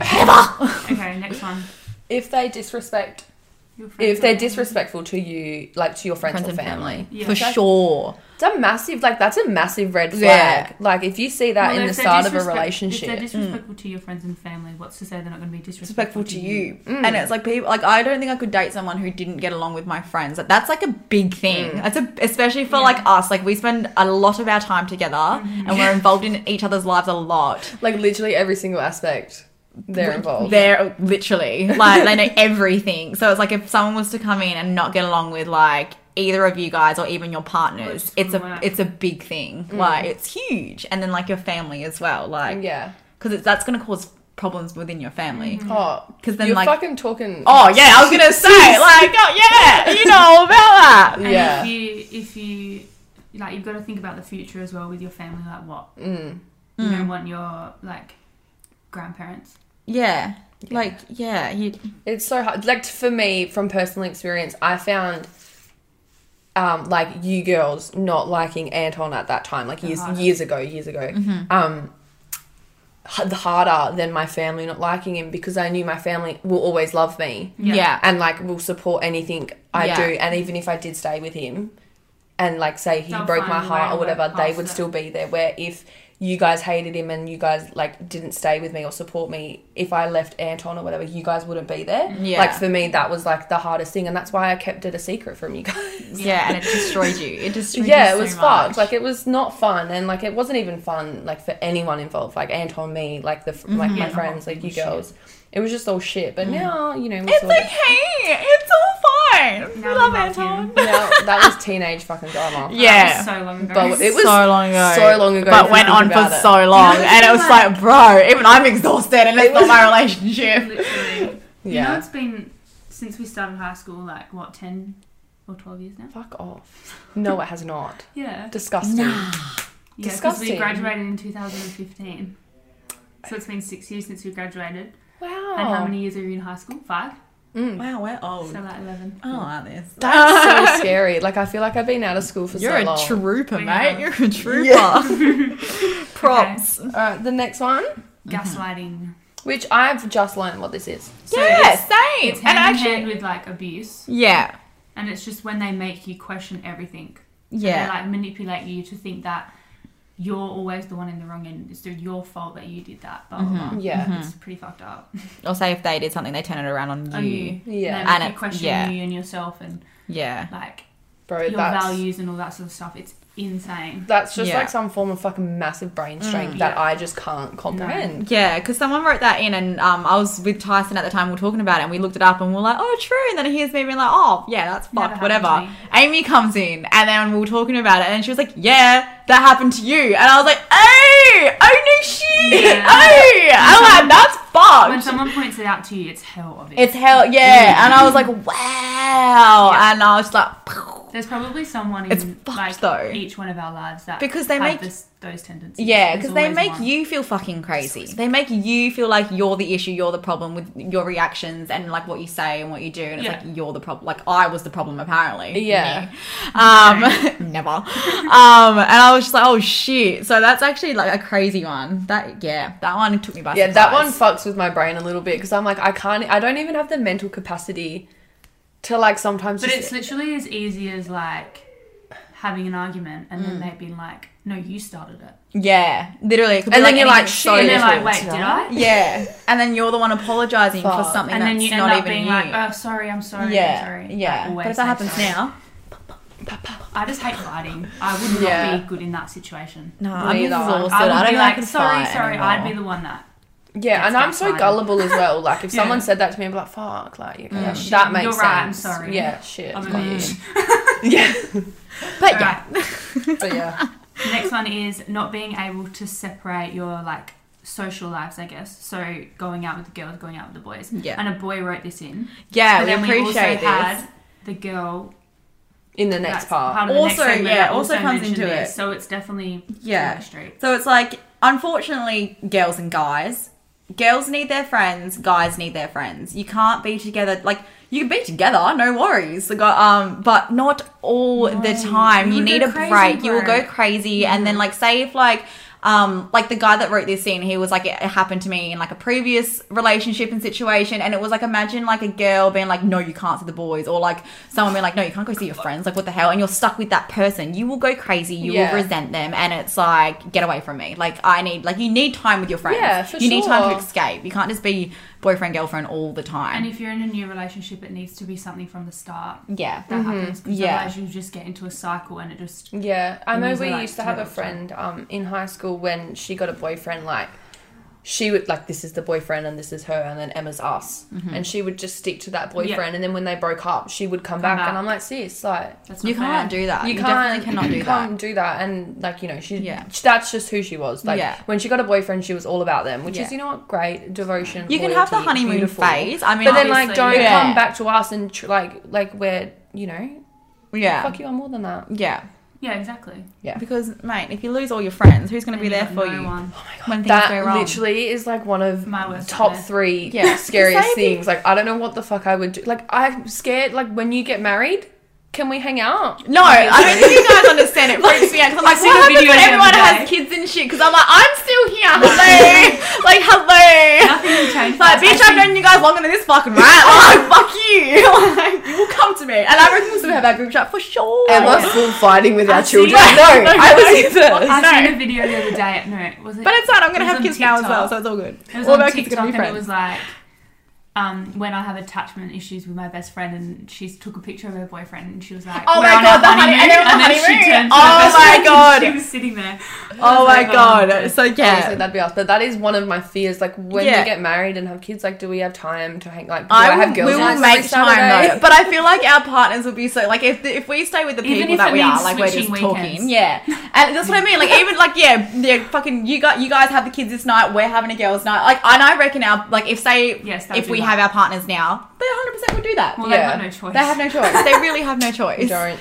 [SPEAKER 2] ever.
[SPEAKER 3] Okay, next one.
[SPEAKER 4] If they disrespect,
[SPEAKER 3] Your friend.
[SPEAKER 4] if they're disrespectful to you, like to your friends, or family.
[SPEAKER 3] Yeah.
[SPEAKER 2] for
[SPEAKER 3] That's-
[SPEAKER 2] sure.
[SPEAKER 4] It's a massive, like that's a massive red flag.
[SPEAKER 2] Yeah.
[SPEAKER 4] Like if you see that
[SPEAKER 3] Well,
[SPEAKER 4] in the
[SPEAKER 3] if they're
[SPEAKER 4] start of a
[SPEAKER 3] disrespect-
[SPEAKER 4] relationship, mm.
[SPEAKER 3] If they're disrespectful to your friends and family, what's to say they're not going to be disrespectful,
[SPEAKER 2] disrespectful to you.
[SPEAKER 4] Mm.
[SPEAKER 2] And it's like people like I don't think I could date someone who didn't get along with my friends. Like, That's like a big thing.
[SPEAKER 4] Mm.
[SPEAKER 2] That's a especially for like us. Like we spend a lot of our time together
[SPEAKER 4] Mm-hmm.
[SPEAKER 2] and we're involved in each other's lives a lot.
[SPEAKER 4] like literally every single aspect, they're involved.
[SPEAKER 2] They're literally like they know everything. So it's like if someone was to come in and not get along with like either of you guys or even your partners,
[SPEAKER 3] just
[SPEAKER 2] it's a
[SPEAKER 3] wouldn't work.
[SPEAKER 2] it's a big thing. Like it's huge. And then like your family as well. Like
[SPEAKER 4] Mm. yeah.
[SPEAKER 2] because that's gonna cause problems within your family.
[SPEAKER 4] Oh,
[SPEAKER 2] Mm. 'Cause then,
[SPEAKER 4] you're
[SPEAKER 2] like-
[SPEAKER 4] fucking talking.
[SPEAKER 2] Oh yeah, I was gonna say like oh yeah, you know all about that.
[SPEAKER 3] And
[SPEAKER 4] yeah,
[SPEAKER 3] If you, if you, like, you've got to think about the future as well with your family. Like, what
[SPEAKER 4] mm.
[SPEAKER 3] you don't want your like grandparents.
[SPEAKER 2] Yeah, like yeah, you
[SPEAKER 4] it's so hard. Like for me, from personal experience, I found. Um, like you girls not liking Anton at that time, like years
[SPEAKER 3] hardest.
[SPEAKER 4] years ago, years ago,
[SPEAKER 2] Mm-hmm.
[SPEAKER 4] um, h- harder than my family not liking him because I knew my family will always love me.
[SPEAKER 2] yeah.
[SPEAKER 4] and like will support anything I
[SPEAKER 2] Yeah.
[SPEAKER 4] do. And even if I did stay with him and like say he
[SPEAKER 3] They'll
[SPEAKER 4] broke my
[SPEAKER 3] find a way
[SPEAKER 4] heart
[SPEAKER 3] to
[SPEAKER 4] or whatever,
[SPEAKER 3] work
[SPEAKER 4] they
[SPEAKER 3] past
[SPEAKER 4] would
[SPEAKER 3] it.
[SPEAKER 4] still be there. Where if you guys hated him and you guys like didn't stay with me or support me if i left anton or whatever you guys wouldn't be there
[SPEAKER 2] Yeah.
[SPEAKER 4] like for me that was like the hardest thing and that's why i kept it a secret from you guys
[SPEAKER 2] Yeah, and it destroyed you. It destroyed you
[SPEAKER 4] yeah it
[SPEAKER 2] so
[SPEAKER 4] was
[SPEAKER 2] much.
[SPEAKER 4] fucked like it was not fun and like it wasn't even fun like for anyone involved like anton me like the fr like
[SPEAKER 3] Yeah,
[SPEAKER 4] my
[SPEAKER 3] the
[SPEAKER 4] friends
[SPEAKER 3] whole
[SPEAKER 4] like
[SPEAKER 3] thing
[SPEAKER 4] you
[SPEAKER 3] Mm-hmm. was shit. Mm.
[SPEAKER 4] girls it was just all shit but now you know we
[SPEAKER 2] it's
[SPEAKER 4] sort of-
[SPEAKER 2] okay. It's all fine.
[SPEAKER 3] Now
[SPEAKER 2] we
[SPEAKER 3] we
[SPEAKER 2] love
[SPEAKER 3] love him.
[SPEAKER 2] Anton.
[SPEAKER 4] Yeah, that was teenage fucking drama
[SPEAKER 2] Yeah.
[SPEAKER 3] so long ago.
[SPEAKER 4] But it was
[SPEAKER 2] so long ago.
[SPEAKER 4] so long ago if
[SPEAKER 2] But
[SPEAKER 4] you
[SPEAKER 2] went
[SPEAKER 4] think
[SPEAKER 2] on for
[SPEAKER 4] about it.
[SPEAKER 2] so long.
[SPEAKER 3] Yeah,
[SPEAKER 2] and it was
[SPEAKER 3] it's
[SPEAKER 2] like, bro, even I'm exhausted and it's not
[SPEAKER 4] was-
[SPEAKER 2] my relationship.
[SPEAKER 3] Literally. You know,
[SPEAKER 4] yeah
[SPEAKER 3] it's been since we started high school, like what, ten or twelve years now?
[SPEAKER 4] fuck off no it has not
[SPEAKER 3] Yeah.
[SPEAKER 4] disgusting
[SPEAKER 3] Yeah, because we
[SPEAKER 4] disgusting.
[SPEAKER 3] graduated in 2015. So it's been six years since we graduated.
[SPEAKER 4] wow
[SPEAKER 3] And
[SPEAKER 2] Oh.
[SPEAKER 3] how many years are you in high school? Five?
[SPEAKER 4] Mm.
[SPEAKER 2] Wow, we're old.
[SPEAKER 3] So like 11.
[SPEAKER 2] I don't like this.
[SPEAKER 4] That's so scary. Like I feel like I've been out of school for
[SPEAKER 2] You're
[SPEAKER 4] so
[SPEAKER 2] a
[SPEAKER 4] long.
[SPEAKER 2] trooper,
[SPEAKER 3] We
[SPEAKER 2] mate.
[SPEAKER 3] are.
[SPEAKER 2] You're a trooper. Props.
[SPEAKER 4] All right, the next one,
[SPEAKER 3] Gaslighting.
[SPEAKER 4] which I've just learned what this is.
[SPEAKER 3] So
[SPEAKER 2] yeah,
[SPEAKER 3] it's-
[SPEAKER 2] same.
[SPEAKER 3] It's
[SPEAKER 2] and
[SPEAKER 3] hand
[SPEAKER 2] actually,
[SPEAKER 3] in hand with like abuse.
[SPEAKER 2] yeah,
[SPEAKER 3] And it's just when they make you question everything. They
[SPEAKER 2] yeah,
[SPEAKER 3] like manipulate you to think that you're always the one in the wrong and it's your fault that you did that. Blah,
[SPEAKER 2] Mm-hmm.
[SPEAKER 3] blah, blah.
[SPEAKER 4] Yeah.
[SPEAKER 3] It's pretty fucked up.
[SPEAKER 2] or say if they did something, they turn it around on you.
[SPEAKER 3] On you.
[SPEAKER 4] Yeah.
[SPEAKER 3] And they
[SPEAKER 2] And
[SPEAKER 3] make
[SPEAKER 2] it-
[SPEAKER 3] you question
[SPEAKER 2] Mm-hmm. yeah.
[SPEAKER 3] you and yourself and
[SPEAKER 2] Yeah,
[SPEAKER 3] like
[SPEAKER 4] Bro,
[SPEAKER 3] your
[SPEAKER 4] that's
[SPEAKER 3] values and all that sort of stuff. It's insane.
[SPEAKER 4] that's just
[SPEAKER 2] Yeah. Mm.
[SPEAKER 4] like some form of fucking massive brain strain that I just can't comprehend.
[SPEAKER 2] yeah. Because someone wrote that in, and um, I was with Tyson at the time. We were talking about it, and we looked it up, and we were like, "Oh, true." And then he hears me being like, "Oh, yeah, that's
[SPEAKER 3] Never
[SPEAKER 2] fucked."
[SPEAKER 3] happened to
[SPEAKER 2] Whatever.
[SPEAKER 3] me.
[SPEAKER 2] Amy comes in, and then we were talking about it, and she was like, "Yeah, that happened to you," and I was like, "Oh, oh no, shit,
[SPEAKER 3] Yeah.
[SPEAKER 2] oh." I was like,
[SPEAKER 3] someone-
[SPEAKER 2] "That's fucked."
[SPEAKER 3] When someone points it out to you, it's hell obvious.
[SPEAKER 2] It's hell, yeah. And I was like, wow.
[SPEAKER 3] Yeah.
[SPEAKER 2] And I was like,
[SPEAKER 3] There's probably someone in
[SPEAKER 2] It's fucked,
[SPEAKER 3] like
[SPEAKER 2] though.
[SPEAKER 3] each one of our lives that
[SPEAKER 2] Because they
[SPEAKER 3] have
[SPEAKER 2] make-
[SPEAKER 3] this, those tendencies.
[SPEAKER 2] yeah,
[SPEAKER 3] There's
[SPEAKER 2] because they
[SPEAKER 3] always
[SPEAKER 2] make
[SPEAKER 3] one.
[SPEAKER 2] you feel fucking crazy. They make you feel like you're the issue, you're the problem with your reactions and like what you say and what you do. And it's
[SPEAKER 3] Yeah.
[SPEAKER 2] like you're the problem. Like I was the problem apparently.
[SPEAKER 4] Yeah.
[SPEAKER 2] Me. Um, never. Um, and I was just like, oh shit. So that's actually like a crazy one. That yeah, that one took me by
[SPEAKER 4] Yeah, that one
[SPEAKER 2] surprise.
[SPEAKER 4] fucks with my brain a little bit because I'm like I can't. I don't even have the mental capacity to like sometimes.
[SPEAKER 3] But
[SPEAKER 4] just-
[SPEAKER 3] it's literally as easy as like having an argument and
[SPEAKER 2] Mm.
[SPEAKER 3] then they've been like, "No, you started it,"
[SPEAKER 2] Yeah, literally. It could be,
[SPEAKER 4] and then you're like,
[SPEAKER 2] anything.
[SPEAKER 4] shit.
[SPEAKER 3] and they're
[SPEAKER 4] little,
[SPEAKER 3] like, "Wait,
[SPEAKER 4] you
[SPEAKER 3] did
[SPEAKER 4] know?
[SPEAKER 3] I?"
[SPEAKER 2] Yeah, and then you're the one apologizing for
[SPEAKER 4] Fuck.
[SPEAKER 2] something
[SPEAKER 3] And then
[SPEAKER 2] that's
[SPEAKER 3] you end
[SPEAKER 2] not
[SPEAKER 3] up
[SPEAKER 2] even
[SPEAKER 3] being
[SPEAKER 2] you.
[SPEAKER 3] like, "Oh, sorry, I'm sorry, I'm sorry." Like, always
[SPEAKER 2] but if that
[SPEAKER 3] say
[SPEAKER 2] happens
[SPEAKER 3] sorry.
[SPEAKER 2] now,
[SPEAKER 3] I just hate fighting. I would not
[SPEAKER 4] Yeah.
[SPEAKER 3] be good in that situation.
[SPEAKER 2] no,
[SPEAKER 4] Me
[SPEAKER 2] I'm
[SPEAKER 4] either.
[SPEAKER 2] exhausted.
[SPEAKER 3] I
[SPEAKER 2] I,
[SPEAKER 3] would
[SPEAKER 2] don't
[SPEAKER 3] be
[SPEAKER 2] know. if I
[SPEAKER 3] like,
[SPEAKER 2] can
[SPEAKER 3] "Sorry,
[SPEAKER 2] fight
[SPEAKER 3] sorry,"
[SPEAKER 2] anymore.
[SPEAKER 3] I'd be the one that.
[SPEAKER 4] Yeah,
[SPEAKER 3] That's
[SPEAKER 4] and I'm
[SPEAKER 3] not
[SPEAKER 4] so
[SPEAKER 3] fun.
[SPEAKER 4] gullible as well. Like if someone
[SPEAKER 3] Yeah.
[SPEAKER 4] said that to me, I'd be like, "Fuck!" Like yeah,
[SPEAKER 3] Yeah,
[SPEAKER 4] shit,
[SPEAKER 3] shit,
[SPEAKER 4] that makes
[SPEAKER 3] you're
[SPEAKER 4] sense.
[SPEAKER 3] right, I'm sorry.
[SPEAKER 4] Yeah, shit.
[SPEAKER 3] I'm an
[SPEAKER 4] fuck
[SPEAKER 3] idiot.
[SPEAKER 4] you. yeah,
[SPEAKER 2] But
[SPEAKER 3] All
[SPEAKER 2] yeah,
[SPEAKER 3] right.
[SPEAKER 4] but yeah,
[SPEAKER 3] The next one is not being able to separate your like social lives, I guess. So going out with the girls, going out with the boys.
[SPEAKER 2] Yeah.
[SPEAKER 3] And a boy wrote this in.
[SPEAKER 2] yeah, we appreciate this.
[SPEAKER 3] had the girl.
[SPEAKER 4] in the
[SPEAKER 3] that's
[SPEAKER 4] next part.
[SPEAKER 3] part of the
[SPEAKER 2] Also,
[SPEAKER 3] next segment
[SPEAKER 2] yeah,
[SPEAKER 3] that
[SPEAKER 2] also comes
[SPEAKER 3] mentioned
[SPEAKER 2] into
[SPEAKER 3] this,
[SPEAKER 2] it.
[SPEAKER 3] So it's definitely
[SPEAKER 2] Yeah.
[SPEAKER 3] yeah straight.
[SPEAKER 2] So it's like, unfortunately, girls and guys, girls need their friends, guys need their friends. You can't be together. Like you can be together, no worries. The guy- um, but not all the time. You,
[SPEAKER 3] You
[SPEAKER 2] need
[SPEAKER 3] go
[SPEAKER 2] a
[SPEAKER 3] crazy,
[SPEAKER 2] break. You will
[SPEAKER 3] bro.
[SPEAKER 2] go crazy, and then like say if like. Um, like the guy that wrote this in, he was like, it happened to me in like a previous relationship and situation, and it was like, imagine like a girl being like, no, you can't see the boys, or like someone being like, no, you can't go see your friends, like what the hell, and you're stuck with that person. You will go crazy. You
[SPEAKER 4] Yeah.
[SPEAKER 2] will resent resent them and it's like get away from me like i need like you need time with your friends
[SPEAKER 4] Yeah, for
[SPEAKER 2] you need time to
[SPEAKER 4] sure.
[SPEAKER 2] escape you can't just be boyfriend girlfriend all the time
[SPEAKER 3] And if you're in a new relationship, it needs to be something from the start
[SPEAKER 2] yeah
[SPEAKER 4] Mm-hmm.
[SPEAKER 2] Mm-hmm.
[SPEAKER 3] that happens because
[SPEAKER 2] Yeah.
[SPEAKER 3] otherwise you just get into a cycle and it just
[SPEAKER 4] Yeah, I
[SPEAKER 3] And
[SPEAKER 4] know
[SPEAKER 3] these are,
[SPEAKER 4] we
[SPEAKER 3] like,
[SPEAKER 4] used to have a
[SPEAKER 3] terrible
[SPEAKER 4] friend um in high school when she got a boyfriend. Like she would like this is the boyfriend and this is her, and then Emma's us,
[SPEAKER 3] Mm-hmm.
[SPEAKER 4] and she would just stick to that boyfriend. And then when they broke up, she would come, back,
[SPEAKER 3] back.
[SPEAKER 4] and I'm like, sis, like.
[SPEAKER 3] that's not
[SPEAKER 2] you can't
[SPEAKER 3] fair.
[SPEAKER 2] do that
[SPEAKER 4] You,
[SPEAKER 2] you,
[SPEAKER 4] can't,
[SPEAKER 2] definitely cannot do that
[SPEAKER 4] can't do that, and like you know, she
[SPEAKER 2] Yeah.
[SPEAKER 4] that's just who she was. Like
[SPEAKER 2] Yeah.
[SPEAKER 4] when she got a boyfriend, she was all about them, which
[SPEAKER 2] Yeah.
[SPEAKER 4] is you know what, great devotion.
[SPEAKER 2] you can have the
[SPEAKER 4] loyalty,
[SPEAKER 2] honeymoon
[SPEAKER 4] beautiful.
[SPEAKER 2] phase i mean
[SPEAKER 4] but then like
[SPEAKER 3] Obviously,
[SPEAKER 4] don't
[SPEAKER 2] yeah.
[SPEAKER 4] come back to us and tr- like like we're you know
[SPEAKER 2] yeah
[SPEAKER 4] fuck you, I'm more than that.
[SPEAKER 2] yeah
[SPEAKER 3] Yeah, exactly.
[SPEAKER 2] because mate if you lose all your friends who's going to be
[SPEAKER 3] And
[SPEAKER 2] there
[SPEAKER 3] you've
[SPEAKER 2] for
[SPEAKER 3] got no
[SPEAKER 2] you
[SPEAKER 3] one.
[SPEAKER 2] when things go
[SPEAKER 4] that
[SPEAKER 2] wrong
[SPEAKER 4] literally is like one of
[SPEAKER 3] My worst
[SPEAKER 4] top
[SPEAKER 3] nightmare.
[SPEAKER 4] three
[SPEAKER 2] Yeah.
[SPEAKER 4] scariest
[SPEAKER 2] Same.
[SPEAKER 4] things. Like I don't know what the fuck I would do. Like I'm scared. Like when you get married, Can we hang out?
[SPEAKER 2] No, I don't think you guys understand. It freaks me out. 'cause I'm like,
[SPEAKER 3] I see
[SPEAKER 2] what
[SPEAKER 3] the
[SPEAKER 2] happens
[SPEAKER 3] video
[SPEAKER 2] when
[SPEAKER 3] the
[SPEAKER 2] everyone
[SPEAKER 3] other
[SPEAKER 2] has
[SPEAKER 3] day.
[SPEAKER 2] kids and shit? Because I'm like, I'm still here. Hello, like hello.
[SPEAKER 3] Nothing will change.
[SPEAKER 2] Like,
[SPEAKER 3] that.
[SPEAKER 2] bitch, I've known you guys longer than this fucking rat. Like, fuck you. Like, you will come to me, and I reckon we'll still have our group chat for sure.
[SPEAKER 4] Emma full fighting with
[SPEAKER 3] I
[SPEAKER 4] our
[SPEAKER 3] see.
[SPEAKER 4] children. No, I was in
[SPEAKER 2] Well,
[SPEAKER 4] first.
[SPEAKER 3] I
[SPEAKER 2] No.
[SPEAKER 3] seen a video the other day. No, it was it?
[SPEAKER 2] But it's not. I'm gonna
[SPEAKER 3] It
[SPEAKER 2] have
[SPEAKER 3] was on
[SPEAKER 2] kids now as well,
[SPEAKER 3] TikTok.
[SPEAKER 2] so it's all good.
[SPEAKER 3] It was
[SPEAKER 2] all
[SPEAKER 3] on
[SPEAKER 2] our kids are
[SPEAKER 3] TikTok
[SPEAKER 2] gonna be
[SPEAKER 3] and it
[SPEAKER 2] friends.
[SPEAKER 3] was like, um, when I have attachment issues with my best friend, and she took a picture of her boyfriend, and she was like,
[SPEAKER 2] Oh
[SPEAKER 3] "We're
[SPEAKER 2] my
[SPEAKER 3] on
[SPEAKER 2] God,
[SPEAKER 3] our
[SPEAKER 2] the honey-
[SPEAKER 3] honeymoon,"
[SPEAKER 2] and they're on the
[SPEAKER 3] then
[SPEAKER 2] honeymoon.
[SPEAKER 3] she turned to
[SPEAKER 2] Oh
[SPEAKER 3] her best
[SPEAKER 2] my
[SPEAKER 3] friend and
[SPEAKER 2] God.
[SPEAKER 3] she was sitting there.
[SPEAKER 2] oh my
[SPEAKER 3] like,
[SPEAKER 2] god. So
[SPEAKER 4] Honestly,
[SPEAKER 2] yeah.
[SPEAKER 4] that'd be us. But that is one of my fears. Like when
[SPEAKER 2] Yeah.
[SPEAKER 4] we get married and have kids, like do we have time to hang? Like do I,
[SPEAKER 2] I
[SPEAKER 4] have
[SPEAKER 2] will,
[SPEAKER 4] girls?
[SPEAKER 2] we will
[SPEAKER 4] nights
[SPEAKER 2] make
[SPEAKER 4] every
[SPEAKER 2] time
[SPEAKER 4] Saturday?
[SPEAKER 2] though, but I feel like our partners will be so like if the, if we stay with the
[SPEAKER 3] Even
[SPEAKER 2] people
[SPEAKER 3] if
[SPEAKER 2] that
[SPEAKER 3] it
[SPEAKER 2] we are,
[SPEAKER 3] means
[SPEAKER 2] like we're just
[SPEAKER 3] switching
[SPEAKER 2] talking,
[SPEAKER 3] weekends.
[SPEAKER 2] yeah, and that's what I mean. Like even like yeah, yeah, fucking you got you guys have the kids this night, we're having a girls' night. Like and I reckon our like if say
[SPEAKER 3] Yes, that would
[SPEAKER 2] if
[SPEAKER 3] be
[SPEAKER 2] we
[SPEAKER 3] that.
[SPEAKER 2] have our partners now, they 100 percent would do that.
[SPEAKER 3] Well, they've
[SPEAKER 4] Yeah.
[SPEAKER 3] got no choice.
[SPEAKER 2] they have no choice. they really have no choice.
[SPEAKER 4] don't.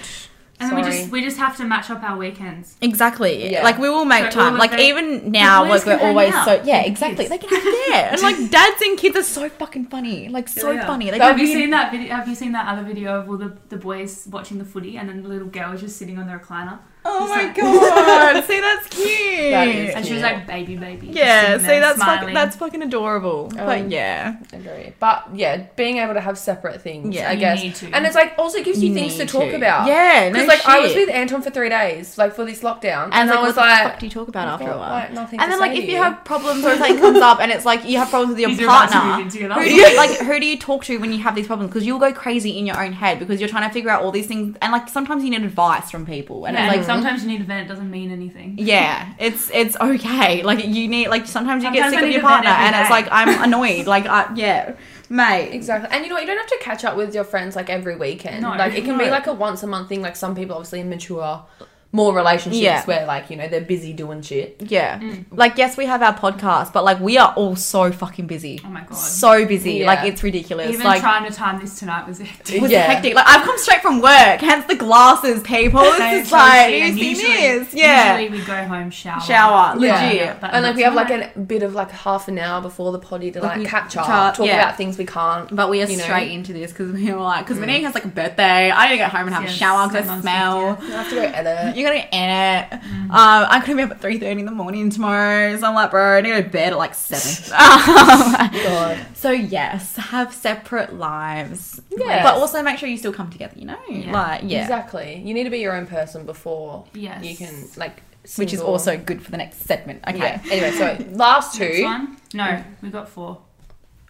[SPEAKER 3] and
[SPEAKER 4] Sorry.
[SPEAKER 3] we just we just have to match up our weekends.
[SPEAKER 2] Exactly.
[SPEAKER 4] Yeah.
[SPEAKER 2] Like we will make
[SPEAKER 3] So all
[SPEAKER 2] time.
[SPEAKER 3] of
[SPEAKER 2] Like
[SPEAKER 3] the-
[SPEAKER 2] even now, like
[SPEAKER 3] boys
[SPEAKER 2] we're
[SPEAKER 3] can hang
[SPEAKER 2] always
[SPEAKER 3] out
[SPEAKER 2] so
[SPEAKER 3] with
[SPEAKER 2] yeah,
[SPEAKER 3] the
[SPEAKER 2] exactly.
[SPEAKER 3] kids.
[SPEAKER 2] They can have yeah, and like dads and kids are so fucking funny. Like so
[SPEAKER 3] Yeah.
[SPEAKER 2] funny. They
[SPEAKER 4] That
[SPEAKER 2] don't
[SPEAKER 3] Have
[SPEAKER 4] would
[SPEAKER 3] you
[SPEAKER 4] be-
[SPEAKER 3] seen that video? Have you seen that other video of all the, the boys watching the footy and then the little girl was just sitting on the recliner
[SPEAKER 2] Oh
[SPEAKER 3] It's
[SPEAKER 2] my
[SPEAKER 3] like-
[SPEAKER 2] god! See, that's cute.
[SPEAKER 4] That is
[SPEAKER 3] and she was like baby baby. just
[SPEAKER 2] yeah.
[SPEAKER 3] sitting
[SPEAKER 2] See,
[SPEAKER 3] there
[SPEAKER 2] that's fucking
[SPEAKER 3] smiling.
[SPEAKER 2] that's fucking adorable. but
[SPEAKER 4] Um,
[SPEAKER 2] yeah,
[SPEAKER 4] Agree. But yeah, being able to have separate things,
[SPEAKER 2] Yeah.
[SPEAKER 4] I
[SPEAKER 3] You
[SPEAKER 4] guess.
[SPEAKER 3] need to.
[SPEAKER 4] And it's like also gives you things to
[SPEAKER 2] Need
[SPEAKER 4] talk about.
[SPEAKER 2] Yeah, no
[SPEAKER 4] Because like I was
[SPEAKER 2] shit.
[SPEAKER 4] with Anton for three days, like for this lockdown,
[SPEAKER 2] and,
[SPEAKER 4] I was
[SPEAKER 2] what
[SPEAKER 4] like,
[SPEAKER 2] the fuck do you talk about after a
[SPEAKER 4] got,
[SPEAKER 2] while?
[SPEAKER 4] like, nothing
[SPEAKER 2] and
[SPEAKER 4] to
[SPEAKER 2] then like
[SPEAKER 4] say
[SPEAKER 2] if
[SPEAKER 4] to
[SPEAKER 2] you
[SPEAKER 4] you.
[SPEAKER 2] have problems or something comes up and it's like you have problems with your
[SPEAKER 3] These are about to move
[SPEAKER 2] partner,
[SPEAKER 3] in together.
[SPEAKER 2] who do you like? Who do you talk to when you have these problems? Because you'll go crazy in your own head because you're trying to figure out all these things, and like sometimes you need advice from people, and
[SPEAKER 3] Yeah,
[SPEAKER 2] it's
[SPEAKER 3] like
[SPEAKER 2] like. mm.
[SPEAKER 3] sometimes you need a vent. It doesn't mean anything.
[SPEAKER 2] Yeah, it's it's okay. Like you need like sometimes you
[SPEAKER 3] Sometimes
[SPEAKER 2] get
[SPEAKER 3] I
[SPEAKER 2] sick of
[SPEAKER 3] need
[SPEAKER 2] your
[SPEAKER 3] a vent
[SPEAKER 2] partner,
[SPEAKER 3] every
[SPEAKER 2] and it's
[SPEAKER 3] day.
[SPEAKER 2] like I'm annoyed. Like I, yeah, mate.
[SPEAKER 4] Exactly. And you know what? You don't have to catch up with your friends like every weekend.
[SPEAKER 3] No,
[SPEAKER 4] like it can be
[SPEAKER 3] no.
[SPEAKER 4] like a once a month thing. Like some people obviously in mature, more relationships
[SPEAKER 2] Yeah.
[SPEAKER 4] where like, you know, they're busy doing shit.
[SPEAKER 2] Yeah.
[SPEAKER 3] mm.
[SPEAKER 2] Like, yes, we have our podcast, but like, we are all so fucking busy.
[SPEAKER 3] Oh my god.
[SPEAKER 2] So busy.
[SPEAKER 4] Yeah.
[SPEAKER 2] Like, it's ridiculous.
[SPEAKER 3] Even
[SPEAKER 2] like,
[SPEAKER 3] trying to time this tonight was hectic.
[SPEAKER 2] it was
[SPEAKER 4] Yeah.
[SPEAKER 2] hectic. Like, I've come straight from work, hence the glasses, people. It's just
[SPEAKER 3] So
[SPEAKER 2] like,
[SPEAKER 3] exciting,
[SPEAKER 2] you've
[SPEAKER 3] and
[SPEAKER 2] seen
[SPEAKER 3] usually-
[SPEAKER 2] this. Yeah.
[SPEAKER 3] Usually we go home, shower.
[SPEAKER 2] Shower.
[SPEAKER 4] Yeah.
[SPEAKER 2] Legit.
[SPEAKER 3] Yeah. But
[SPEAKER 4] and like
[SPEAKER 3] not
[SPEAKER 4] we have like
[SPEAKER 3] tonight.
[SPEAKER 4] a bit of like half an hour before the potty to
[SPEAKER 2] Like,
[SPEAKER 4] like
[SPEAKER 2] we
[SPEAKER 4] catch up,
[SPEAKER 2] chat,
[SPEAKER 4] talk
[SPEAKER 2] yeah.
[SPEAKER 4] about things we can't.
[SPEAKER 2] But we are
[SPEAKER 4] You know.
[SPEAKER 2] straight into this because we were like, because Vinny has like a birthday. I need to get home and have a
[SPEAKER 3] Mm. Yes,
[SPEAKER 2] shower because I
[SPEAKER 3] someone's
[SPEAKER 2] smell.
[SPEAKER 4] You have to go edit.
[SPEAKER 2] You're gonna end it. Um, I'm gonna be up at three thirty in the morning tomorrow, so I'm like, bro, I need to go to bed at like seven. Um,
[SPEAKER 4] God.
[SPEAKER 2] So yes, have separate lives.
[SPEAKER 4] Yes.
[SPEAKER 2] But also make sure you still come together, you know?
[SPEAKER 3] Yeah.
[SPEAKER 2] Like yeah.
[SPEAKER 4] Exactly. You need to be your own person before
[SPEAKER 3] Yes.
[SPEAKER 4] you can like
[SPEAKER 2] Which is
[SPEAKER 4] single-
[SPEAKER 2] also good for the next segment. Okay.
[SPEAKER 4] Yeah. Anyway, so last
[SPEAKER 3] Next
[SPEAKER 4] two.
[SPEAKER 3] one? No, we got four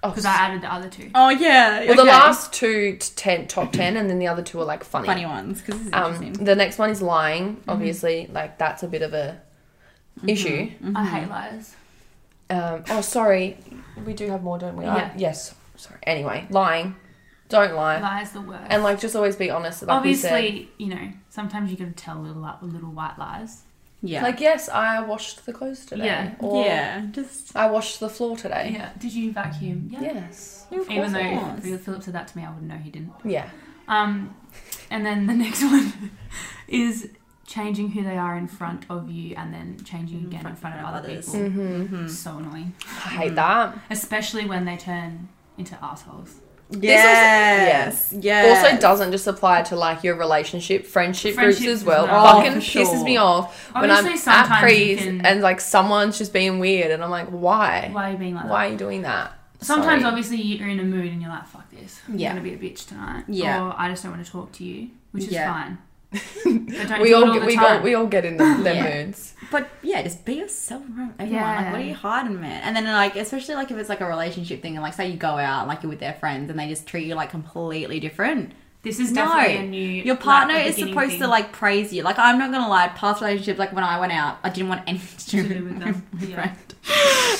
[SPEAKER 4] Oh,
[SPEAKER 3] because I added the other two.
[SPEAKER 2] Oh yeah.
[SPEAKER 4] well, the last two t- ten, top ten, and then the other two are like
[SPEAKER 2] funny ones because this is
[SPEAKER 4] Um,
[SPEAKER 2] interesting.
[SPEAKER 4] the next one is lying. Obviously, like that's a bit of a
[SPEAKER 3] Mm-hmm.
[SPEAKER 4] issue.
[SPEAKER 3] I hate lies.
[SPEAKER 4] Um, oh, sorry, we do have more, don't we? I-
[SPEAKER 3] Yeah.
[SPEAKER 4] yes. Sorry. Anyway, lying. Don't lie,
[SPEAKER 3] Lies the worst.
[SPEAKER 4] and like just always be honest. Like we said.
[SPEAKER 3] Obviously, you know, sometimes you can tell little li- little white lies.
[SPEAKER 2] Yeah.
[SPEAKER 4] like yes, I washed the clothes today.
[SPEAKER 3] Yeah.
[SPEAKER 4] Or
[SPEAKER 2] yeah. Just
[SPEAKER 4] I washed the floor today.
[SPEAKER 3] Yeah. Did you vacuum?
[SPEAKER 4] Yes.
[SPEAKER 2] of
[SPEAKER 3] Even though
[SPEAKER 2] course.
[SPEAKER 3] if Philip said that to me, I wouldn't know he didn't.
[SPEAKER 4] Yeah.
[SPEAKER 3] Um, and then the next one is changing who they are in front of you, and then changing again in front of other
[SPEAKER 2] others.
[SPEAKER 3] people.
[SPEAKER 2] Mm-hmm.
[SPEAKER 3] So annoying,
[SPEAKER 4] Mm-hmm. I hate that.
[SPEAKER 3] especially when they turn into assholes.
[SPEAKER 2] Yes. Yes.
[SPEAKER 4] Also, doesn't just apply to like your relationship, friendship,
[SPEAKER 3] Friendships
[SPEAKER 4] groups as
[SPEAKER 3] as
[SPEAKER 4] well.
[SPEAKER 3] well.
[SPEAKER 2] Oh,
[SPEAKER 4] Fucking
[SPEAKER 2] for sure.
[SPEAKER 4] pisses me off when
[SPEAKER 3] Obviously,
[SPEAKER 4] I'm at
[SPEAKER 3] sometimes you
[SPEAKER 4] prees
[SPEAKER 3] can-
[SPEAKER 4] and like someone's just being weird, and I'm like, why?
[SPEAKER 3] Why are you being like
[SPEAKER 4] Why
[SPEAKER 3] that?
[SPEAKER 4] are you doing that?
[SPEAKER 3] Sometimes,
[SPEAKER 4] Sorry.
[SPEAKER 3] obviously, you're in a mood and you're like, "Fuck this, I'm
[SPEAKER 2] Yeah.
[SPEAKER 3] gonna be a bitch tonight,"
[SPEAKER 2] Yeah.
[SPEAKER 3] or "I just don't want to talk to you," which is
[SPEAKER 2] Yeah.
[SPEAKER 3] fine. But don't
[SPEAKER 4] we
[SPEAKER 3] do it
[SPEAKER 4] all,
[SPEAKER 3] all
[SPEAKER 4] get,
[SPEAKER 3] the
[SPEAKER 4] we,
[SPEAKER 3] time.
[SPEAKER 4] go, we all get in them, them
[SPEAKER 2] Yeah.
[SPEAKER 4] moods.
[SPEAKER 2] But yeah, just be yourself around everyone. Like,
[SPEAKER 3] Yeah.
[SPEAKER 2] what are you hiding, man? And then, like, especially like if it's like a relationship thing, and like, say you go out, like, you're with their friends, and they just treat you like completely different.
[SPEAKER 3] This is
[SPEAKER 2] No,
[SPEAKER 3] definitely a new.
[SPEAKER 2] your partner
[SPEAKER 3] like, a
[SPEAKER 2] is
[SPEAKER 3] beginning
[SPEAKER 2] supposed to
[SPEAKER 3] thing
[SPEAKER 2] like praise you. Like, I'm not gonna lie, past relationships, like when I went out, I didn't want anything
[SPEAKER 3] to do with them. Yeah.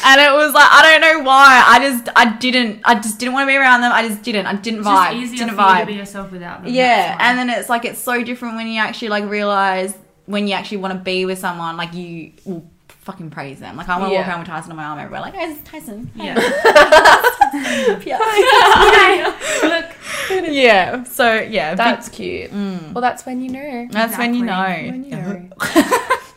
[SPEAKER 2] and it was like I don't know why. I just I didn't I just didn't want to be around them. I just didn't. I didn't
[SPEAKER 3] It's
[SPEAKER 2] vibe.
[SPEAKER 3] just easier for
[SPEAKER 2] didn't
[SPEAKER 3] you
[SPEAKER 2] vibe.
[SPEAKER 3] to be yourself without them.
[SPEAKER 2] Yeah,
[SPEAKER 3] that's fine.
[SPEAKER 2] and then it's like it's so different when you actually like realize when you actually want to be with someone, like you will fucking praise them. Like I want to walk
[SPEAKER 4] Yeah.
[SPEAKER 2] around with Tyson on my arm everywhere, like, "Hey, this is Tyson."
[SPEAKER 3] yeah. Look,
[SPEAKER 2] yeah. So yeah, be- Mm.
[SPEAKER 4] That's cute. Well, that's when you know.
[SPEAKER 2] that's when you know. Oh
[SPEAKER 3] Exactly.
[SPEAKER 4] When you know.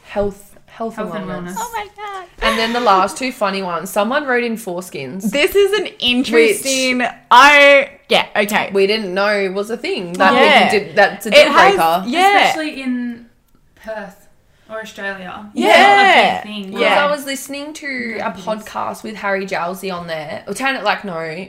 [SPEAKER 4] health, Health,
[SPEAKER 3] Health
[SPEAKER 4] and
[SPEAKER 3] and
[SPEAKER 4] wellness.
[SPEAKER 3] wellness.
[SPEAKER 2] my god.
[SPEAKER 4] And then the last two funny ones. Someone wrote in foreskins.
[SPEAKER 2] This is an interesting. I yeah okay.
[SPEAKER 4] We didn't know was a thing. That
[SPEAKER 2] Yeah.
[SPEAKER 4] we did, that's a
[SPEAKER 2] It
[SPEAKER 4] deal
[SPEAKER 2] has-
[SPEAKER 4] breaker.
[SPEAKER 2] yeah.
[SPEAKER 3] Especially in Perth or Australia. It's
[SPEAKER 2] Yeah.
[SPEAKER 3] not a big thing.
[SPEAKER 2] Yeah.
[SPEAKER 4] Because I was listening to a podcast with Harry Jowsey on there. Or Tanner, like, no.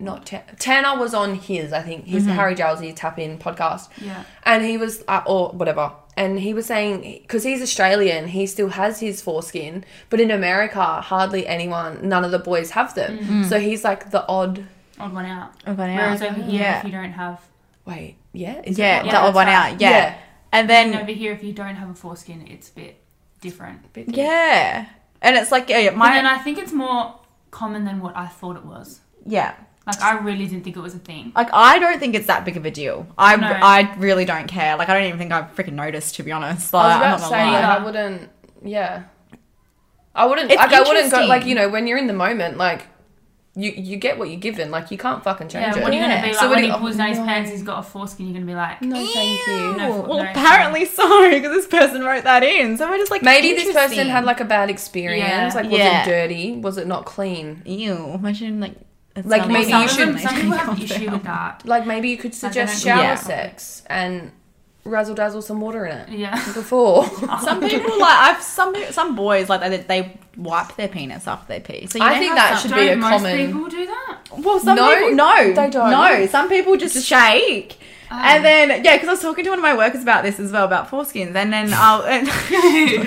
[SPEAKER 4] Not Tan Tanner was on his, I think. His
[SPEAKER 2] Mm-hmm.
[SPEAKER 4] Harry Jowsey tap in podcast.
[SPEAKER 3] Yeah.
[SPEAKER 4] And he was, uh, or whatever. And he was saying, because he's Australian, he still has his foreskin. But in America, hardly anyone, none of the boys have them.
[SPEAKER 2] Mm-hmm.
[SPEAKER 4] So he's like the odd,
[SPEAKER 3] Odd one out.
[SPEAKER 2] Odd one out.
[SPEAKER 3] Whereas over here,
[SPEAKER 2] Yeah.
[SPEAKER 3] if you don't have,
[SPEAKER 4] wait, yeah? Is it
[SPEAKER 2] yeah,
[SPEAKER 4] that
[SPEAKER 2] that
[SPEAKER 4] one?
[SPEAKER 2] odd one
[SPEAKER 3] that's
[SPEAKER 2] out. Yeah.
[SPEAKER 4] Yeah.
[SPEAKER 2] and then
[SPEAKER 3] over here, if you don't have a foreskin, it's a bit different.
[SPEAKER 2] yeah, and it's like oh, yeah, yeah,
[SPEAKER 3] But
[SPEAKER 2] my
[SPEAKER 3] then I think it's more common than what I thought it was.
[SPEAKER 2] yeah.
[SPEAKER 3] Like I really didn't think it was a thing.
[SPEAKER 2] Like I don't think it's that big of a deal. I
[SPEAKER 3] No.
[SPEAKER 2] I really don't care. Like I don't even think I freaking noticed to be honest. Like,
[SPEAKER 4] I was
[SPEAKER 2] I'm
[SPEAKER 4] about
[SPEAKER 2] not
[SPEAKER 4] to
[SPEAKER 2] gonna
[SPEAKER 4] say,
[SPEAKER 2] lie.
[SPEAKER 4] I wouldn't, yeah. I wouldn't,
[SPEAKER 2] It's
[SPEAKER 4] like, I wouldn't go,
[SPEAKER 2] interesting.
[SPEAKER 4] like, you know, when you're in the moment, like, you, you get what you're given. Like, you can't fucking change
[SPEAKER 3] Yeah,
[SPEAKER 4] it.
[SPEAKER 3] what are you
[SPEAKER 2] Yeah.
[SPEAKER 3] gonna be like
[SPEAKER 4] So what
[SPEAKER 3] when
[SPEAKER 4] do
[SPEAKER 3] he
[SPEAKER 4] you-
[SPEAKER 3] pulls down his
[SPEAKER 4] no.
[SPEAKER 3] pants? He's got a foreskin. You're gonna be like,
[SPEAKER 4] No, thank you.
[SPEAKER 3] No,
[SPEAKER 2] well,
[SPEAKER 3] no,
[SPEAKER 2] apparently so because this person wrote that in. So we're just like
[SPEAKER 4] Maybe this person
[SPEAKER 2] interesting.
[SPEAKER 4] had like a bad experience.
[SPEAKER 3] Yeah.
[SPEAKER 4] Like, was
[SPEAKER 2] Yeah.
[SPEAKER 4] it dirty? Was it not clean?
[SPEAKER 2] ew. Imagine like it's
[SPEAKER 4] Like,
[SPEAKER 2] not
[SPEAKER 4] maybe
[SPEAKER 3] some
[SPEAKER 4] you
[SPEAKER 3] of
[SPEAKER 4] should-
[SPEAKER 3] them, some people have an
[SPEAKER 2] Something
[SPEAKER 3] issue
[SPEAKER 2] else.
[SPEAKER 3] with that.
[SPEAKER 4] Like, maybe you
[SPEAKER 3] Like,
[SPEAKER 4] could
[SPEAKER 3] they
[SPEAKER 4] suggest
[SPEAKER 3] don't-
[SPEAKER 4] shower
[SPEAKER 2] Yeah.
[SPEAKER 4] sex and razzle dazzle some water in it
[SPEAKER 3] Yeah.
[SPEAKER 4] before.
[SPEAKER 2] some people like I've some some boys like they, they wipe their penis after they pee. So you
[SPEAKER 4] I
[SPEAKER 2] know
[SPEAKER 4] think
[SPEAKER 2] how
[SPEAKER 4] that
[SPEAKER 2] some-
[SPEAKER 4] should be
[SPEAKER 3] don't
[SPEAKER 4] a
[SPEAKER 3] most
[SPEAKER 4] common-
[SPEAKER 3] people do that?
[SPEAKER 2] Well, some
[SPEAKER 4] No,
[SPEAKER 2] people no,
[SPEAKER 4] they don't. Ah.
[SPEAKER 2] No, some people just, shake.
[SPEAKER 3] Oh.
[SPEAKER 2] And then yeah, because I was talking to one of my workers about this as well about foreskins, and then I'll and We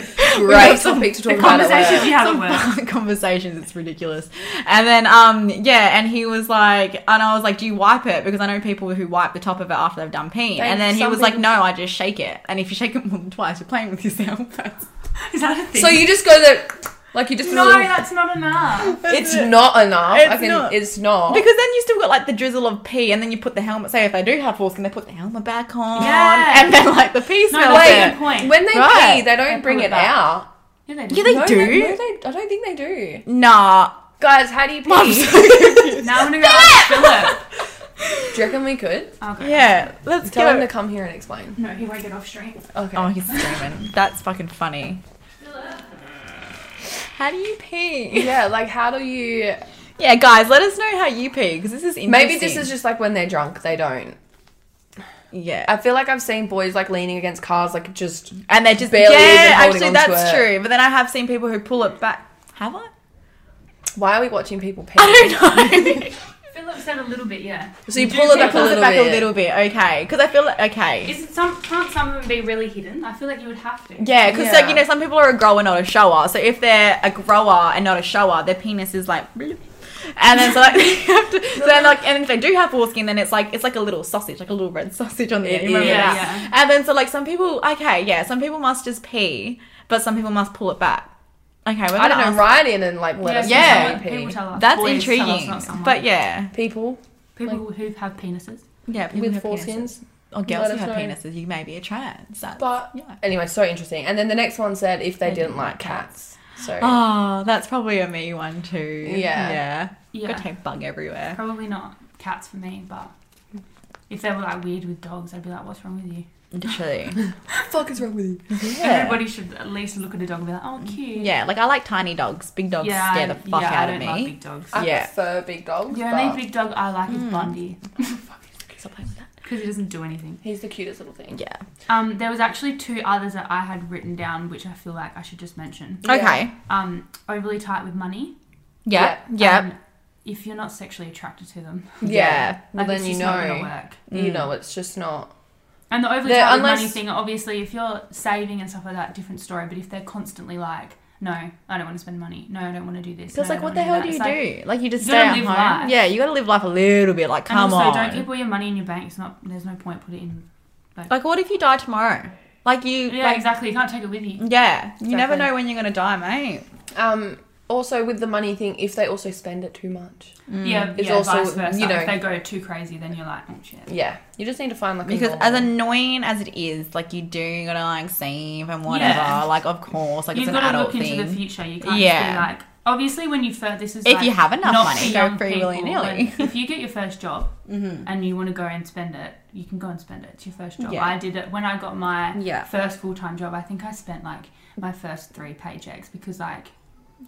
[SPEAKER 4] Great
[SPEAKER 2] have some-
[SPEAKER 4] topic to
[SPEAKER 2] the
[SPEAKER 4] talk about. at
[SPEAKER 3] conversation-
[SPEAKER 4] work.
[SPEAKER 3] Yeah,
[SPEAKER 2] some
[SPEAKER 3] the work.
[SPEAKER 2] fun conversations. It's ridiculous. And then um yeah, and he was like, and I was like, do you wipe it? Because I know people who wipe the top of it after they've done peeing.
[SPEAKER 4] They-
[SPEAKER 2] And then he
[SPEAKER 4] some
[SPEAKER 2] was like,
[SPEAKER 4] people-
[SPEAKER 2] no, I just shake it. And if you shake it more than twice, you're playing with yourself.
[SPEAKER 3] Is that a thing?
[SPEAKER 4] So you just go there, like, you just. do a
[SPEAKER 3] no,
[SPEAKER 4] little-
[SPEAKER 3] that's not enough.
[SPEAKER 4] it's not enough.
[SPEAKER 2] It's
[SPEAKER 4] I can,
[SPEAKER 2] not.
[SPEAKER 4] It's not.
[SPEAKER 2] Because then you still got like the drizzle of pee, and then you put the helmet. Say if they do have foreskin, they put the helmet back on,
[SPEAKER 3] Yeah.
[SPEAKER 2] and then like the pee
[SPEAKER 3] No,
[SPEAKER 2] smells.
[SPEAKER 3] that's
[SPEAKER 2] there.
[SPEAKER 3] a good point.
[SPEAKER 4] When they
[SPEAKER 2] Right.
[SPEAKER 4] pee, they don't
[SPEAKER 3] They
[SPEAKER 4] bring
[SPEAKER 3] pull
[SPEAKER 4] it,
[SPEAKER 3] it back.
[SPEAKER 4] out.
[SPEAKER 3] yeah, they do.
[SPEAKER 2] Yeah, they
[SPEAKER 4] No,
[SPEAKER 2] do.
[SPEAKER 4] no, they, I don't think they do.
[SPEAKER 2] Nah.
[SPEAKER 4] Guys, how do you pee?
[SPEAKER 2] I'm
[SPEAKER 4] do
[SPEAKER 3] now I'm gonna go ask Philip.
[SPEAKER 4] you reckon we could?
[SPEAKER 3] Okay.
[SPEAKER 2] Yeah. Let's
[SPEAKER 4] Tell him
[SPEAKER 2] go.
[SPEAKER 4] to come here and explain.
[SPEAKER 3] No, he won't get off stream.
[SPEAKER 4] Okay.
[SPEAKER 2] Oh, he's screaming. That's fucking funny. How do you pee?
[SPEAKER 4] yeah, like how do you?
[SPEAKER 2] Yeah, guys, let us know how you pee because this is interesting.
[SPEAKER 4] Maybe this is just like when they're drunk, they don't.
[SPEAKER 2] yeah,
[SPEAKER 4] I feel like I've seen boys like leaning against cars, like just
[SPEAKER 2] and they're just
[SPEAKER 4] barely
[SPEAKER 2] yeah.
[SPEAKER 4] even holding
[SPEAKER 2] Actually,
[SPEAKER 4] onto
[SPEAKER 2] that's
[SPEAKER 4] it.
[SPEAKER 2] true. But then I have seen people who pull it back. Have I?
[SPEAKER 4] why are we watching people pee?
[SPEAKER 2] I don't know.
[SPEAKER 3] Philip said a little bit, yeah.
[SPEAKER 4] So you pull it back a
[SPEAKER 2] Pulls
[SPEAKER 4] little
[SPEAKER 2] it back
[SPEAKER 4] bit.
[SPEAKER 2] a little bit. Okay, because I feel like okay.
[SPEAKER 3] Is it some? Can't some of them be really hidden? I feel like you would have to.
[SPEAKER 2] Yeah, because like
[SPEAKER 4] Yeah.
[SPEAKER 2] you know, some people are a grower, not a shower. So if they're a grower and not a shower, their penis is like, bloop. and then so like, they have to, so then like, and if they do have foreskin, then it's like it's like a little sausage, like a little red sausage on the
[SPEAKER 4] It
[SPEAKER 2] end. You remember
[SPEAKER 4] is.
[SPEAKER 2] that? And then so like some people, okay, yeah, some people must just pee, but some people must pull it back. Okay, we're gonna
[SPEAKER 4] I don't know.
[SPEAKER 2] ask-
[SPEAKER 4] Write in and like let
[SPEAKER 3] Yeah,
[SPEAKER 4] us
[SPEAKER 2] Yeah.
[SPEAKER 4] know how you
[SPEAKER 3] People
[SPEAKER 4] pee.
[SPEAKER 3] tell us.
[SPEAKER 2] That's
[SPEAKER 3] boys tell us,
[SPEAKER 2] intriguing,
[SPEAKER 3] not someone.
[SPEAKER 2] but yeah,
[SPEAKER 4] People
[SPEAKER 3] people who have penises.
[SPEAKER 2] yeah, people
[SPEAKER 4] with
[SPEAKER 2] have penises.
[SPEAKER 4] foreskins.
[SPEAKER 2] or girls
[SPEAKER 4] let
[SPEAKER 2] who
[SPEAKER 4] us
[SPEAKER 2] have
[SPEAKER 4] know.
[SPEAKER 2] penises, you may be a trans. That's,
[SPEAKER 4] But
[SPEAKER 2] yeah.
[SPEAKER 4] anyway, so interesting. And then the next one said if they, didn't, like cats. So
[SPEAKER 2] Oh, that's probably a me one too.
[SPEAKER 4] Yeah.
[SPEAKER 2] yeah.
[SPEAKER 3] Yeah.
[SPEAKER 2] Got to take bug everywhere.
[SPEAKER 3] Probably not cats for me, but if they were like weird with dogs, I'd be like, what's wrong with you?
[SPEAKER 2] Literally.
[SPEAKER 4] fuck is wrong with you?
[SPEAKER 2] yeah.
[SPEAKER 3] Everybody should at least look at a dog and be like, oh, cute.
[SPEAKER 2] Mm-hmm. yeah, like I like tiny dogs. Big dogs
[SPEAKER 3] yeah,
[SPEAKER 2] scare the
[SPEAKER 3] I-
[SPEAKER 2] fuck
[SPEAKER 3] yeah,
[SPEAKER 2] out
[SPEAKER 3] I
[SPEAKER 2] of
[SPEAKER 3] don't
[SPEAKER 2] me.
[SPEAKER 3] Like big dogs.
[SPEAKER 4] I
[SPEAKER 2] Yeah.
[SPEAKER 4] prefer big dogs.
[SPEAKER 3] The
[SPEAKER 4] but
[SPEAKER 3] only big dog I like
[SPEAKER 2] Mm.
[SPEAKER 3] is Bundy
[SPEAKER 2] Stop playing with that.
[SPEAKER 3] because he doesn't do anything.
[SPEAKER 4] he's the cutest little thing.
[SPEAKER 2] Yeah.
[SPEAKER 3] Um, there was actually two others that I had written down, which I feel like I should just mention.
[SPEAKER 4] Yeah.
[SPEAKER 2] Okay.
[SPEAKER 3] Um, overly tight with money.
[SPEAKER 2] Yeah. Yeah.
[SPEAKER 3] Um, if you're not sexually attracted to them,
[SPEAKER 4] Yeah.
[SPEAKER 2] Yeah.
[SPEAKER 4] Well,
[SPEAKER 3] like,
[SPEAKER 4] then
[SPEAKER 3] it's
[SPEAKER 4] you
[SPEAKER 3] just not gonna
[SPEAKER 4] know.
[SPEAKER 3] work.
[SPEAKER 4] You know, it's just not.
[SPEAKER 3] And the overly
[SPEAKER 4] They're-
[SPEAKER 3] tight with money
[SPEAKER 4] unless-
[SPEAKER 3] thing, obviously, if you're saving and stuff like that, different story. But if they're constantly like, no, I don't want to spend money. No, I don't want to do this.
[SPEAKER 2] Because
[SPEAKER 3] no,
[SPEAKER 2] like,
[SPEAKER 3] I don't
[SPEAKER 2] what the
[SPEAKER 3] wanna
[SPEAKER 2] hell
[SPEAKER 3] that."
[SPEAKER 2] do you
[SPEAKER 3] It's like-
[SPEAKER 2] do? Like, you just
[SPEAKER 3] you
[SPEAKER 2] stay
[SPEAKER 3] gotta
[SPEAKER 2] at home.
[SPEAKER 3] live life.
[SPEAKER 2] Yeah, you gotta live life a little bit. Like,
[SPEAKER 3] And
[SPEAKER 2] come
[SPEAKER 3] also,
[SPEAKER 2] on.
[SPEAKER 3] don't keep all your money in your bank. It's not. There's no point. Put it in.
[SPEAKER 2] like, what if you die tomorrow? Like, you.
[SPEAKER 3] Yeah,
[SPEAKER 2] like,
[SPEAKER 3] exactly. You can't take it with you.
[SPEAKER 2] Yeah. You never
[SPEAKER 4] Exactly.
[SPEAKER 2] know when you're gonna die, mate.
[SPEAKER 4] Um. Also, with the money thing, if they also spend it too much.
[SPEAKER 3] Yeah,
[SPEAKER 4] It's
[SPEAKER 3] yeah.
[SPEAKER 4] also,
[SPEAKER 3] vice versa.
[SPEAKER 4] you know-
[SPEAKER 3] if they go too crazy, then you're like, oh shit.
[SPEAKER 4] Yeah. You just need to find like a
[SPEAKER 2] Because
[SPEAKER 4] normal-
[SPEAKER 2] as annoying as it is, like you do gotta like save and whatever.
[SPEAKER 3] Yeah.
[SPEAKER 2] Like of course, like
[SPEAKER 3] You've
[SPEAKER 2] it's an
[SPEAKER 3] got to
[SPEAKER 2] adult
[SPEAKER 3] look into
[SPEAKER 2] thing.
[SPEAKER 3] the future. You can't
[SPEAKER 2] Yeah.
[SPEAKER 3] just be like, obviously when you first this is
[SPEAKER 2] If
[SPEAKER 3] like,
[SPEAKER 2] you have enough
[SPEAKER 3] not
[SPEAKER 2] money,
[SPEAKER 3] for
[SPEAKER 2] go
[SPEAKER 3] young
[SPEAKER 2] free
[SPEAKER 3] people,
[SPEAKER 2] willy-nilly. Mm-hmm.
[SPEAKER 3] but if you get your first job and you want to go and spend it you can go and spend it it's your first job
[SPEAKER 2] Yeah.
[SPEAKER 3] i did it when i got my
[SPEAKER 2] Yeah.
[SPEAKER 3] first full-time job i think i spent like my first three paychecks because like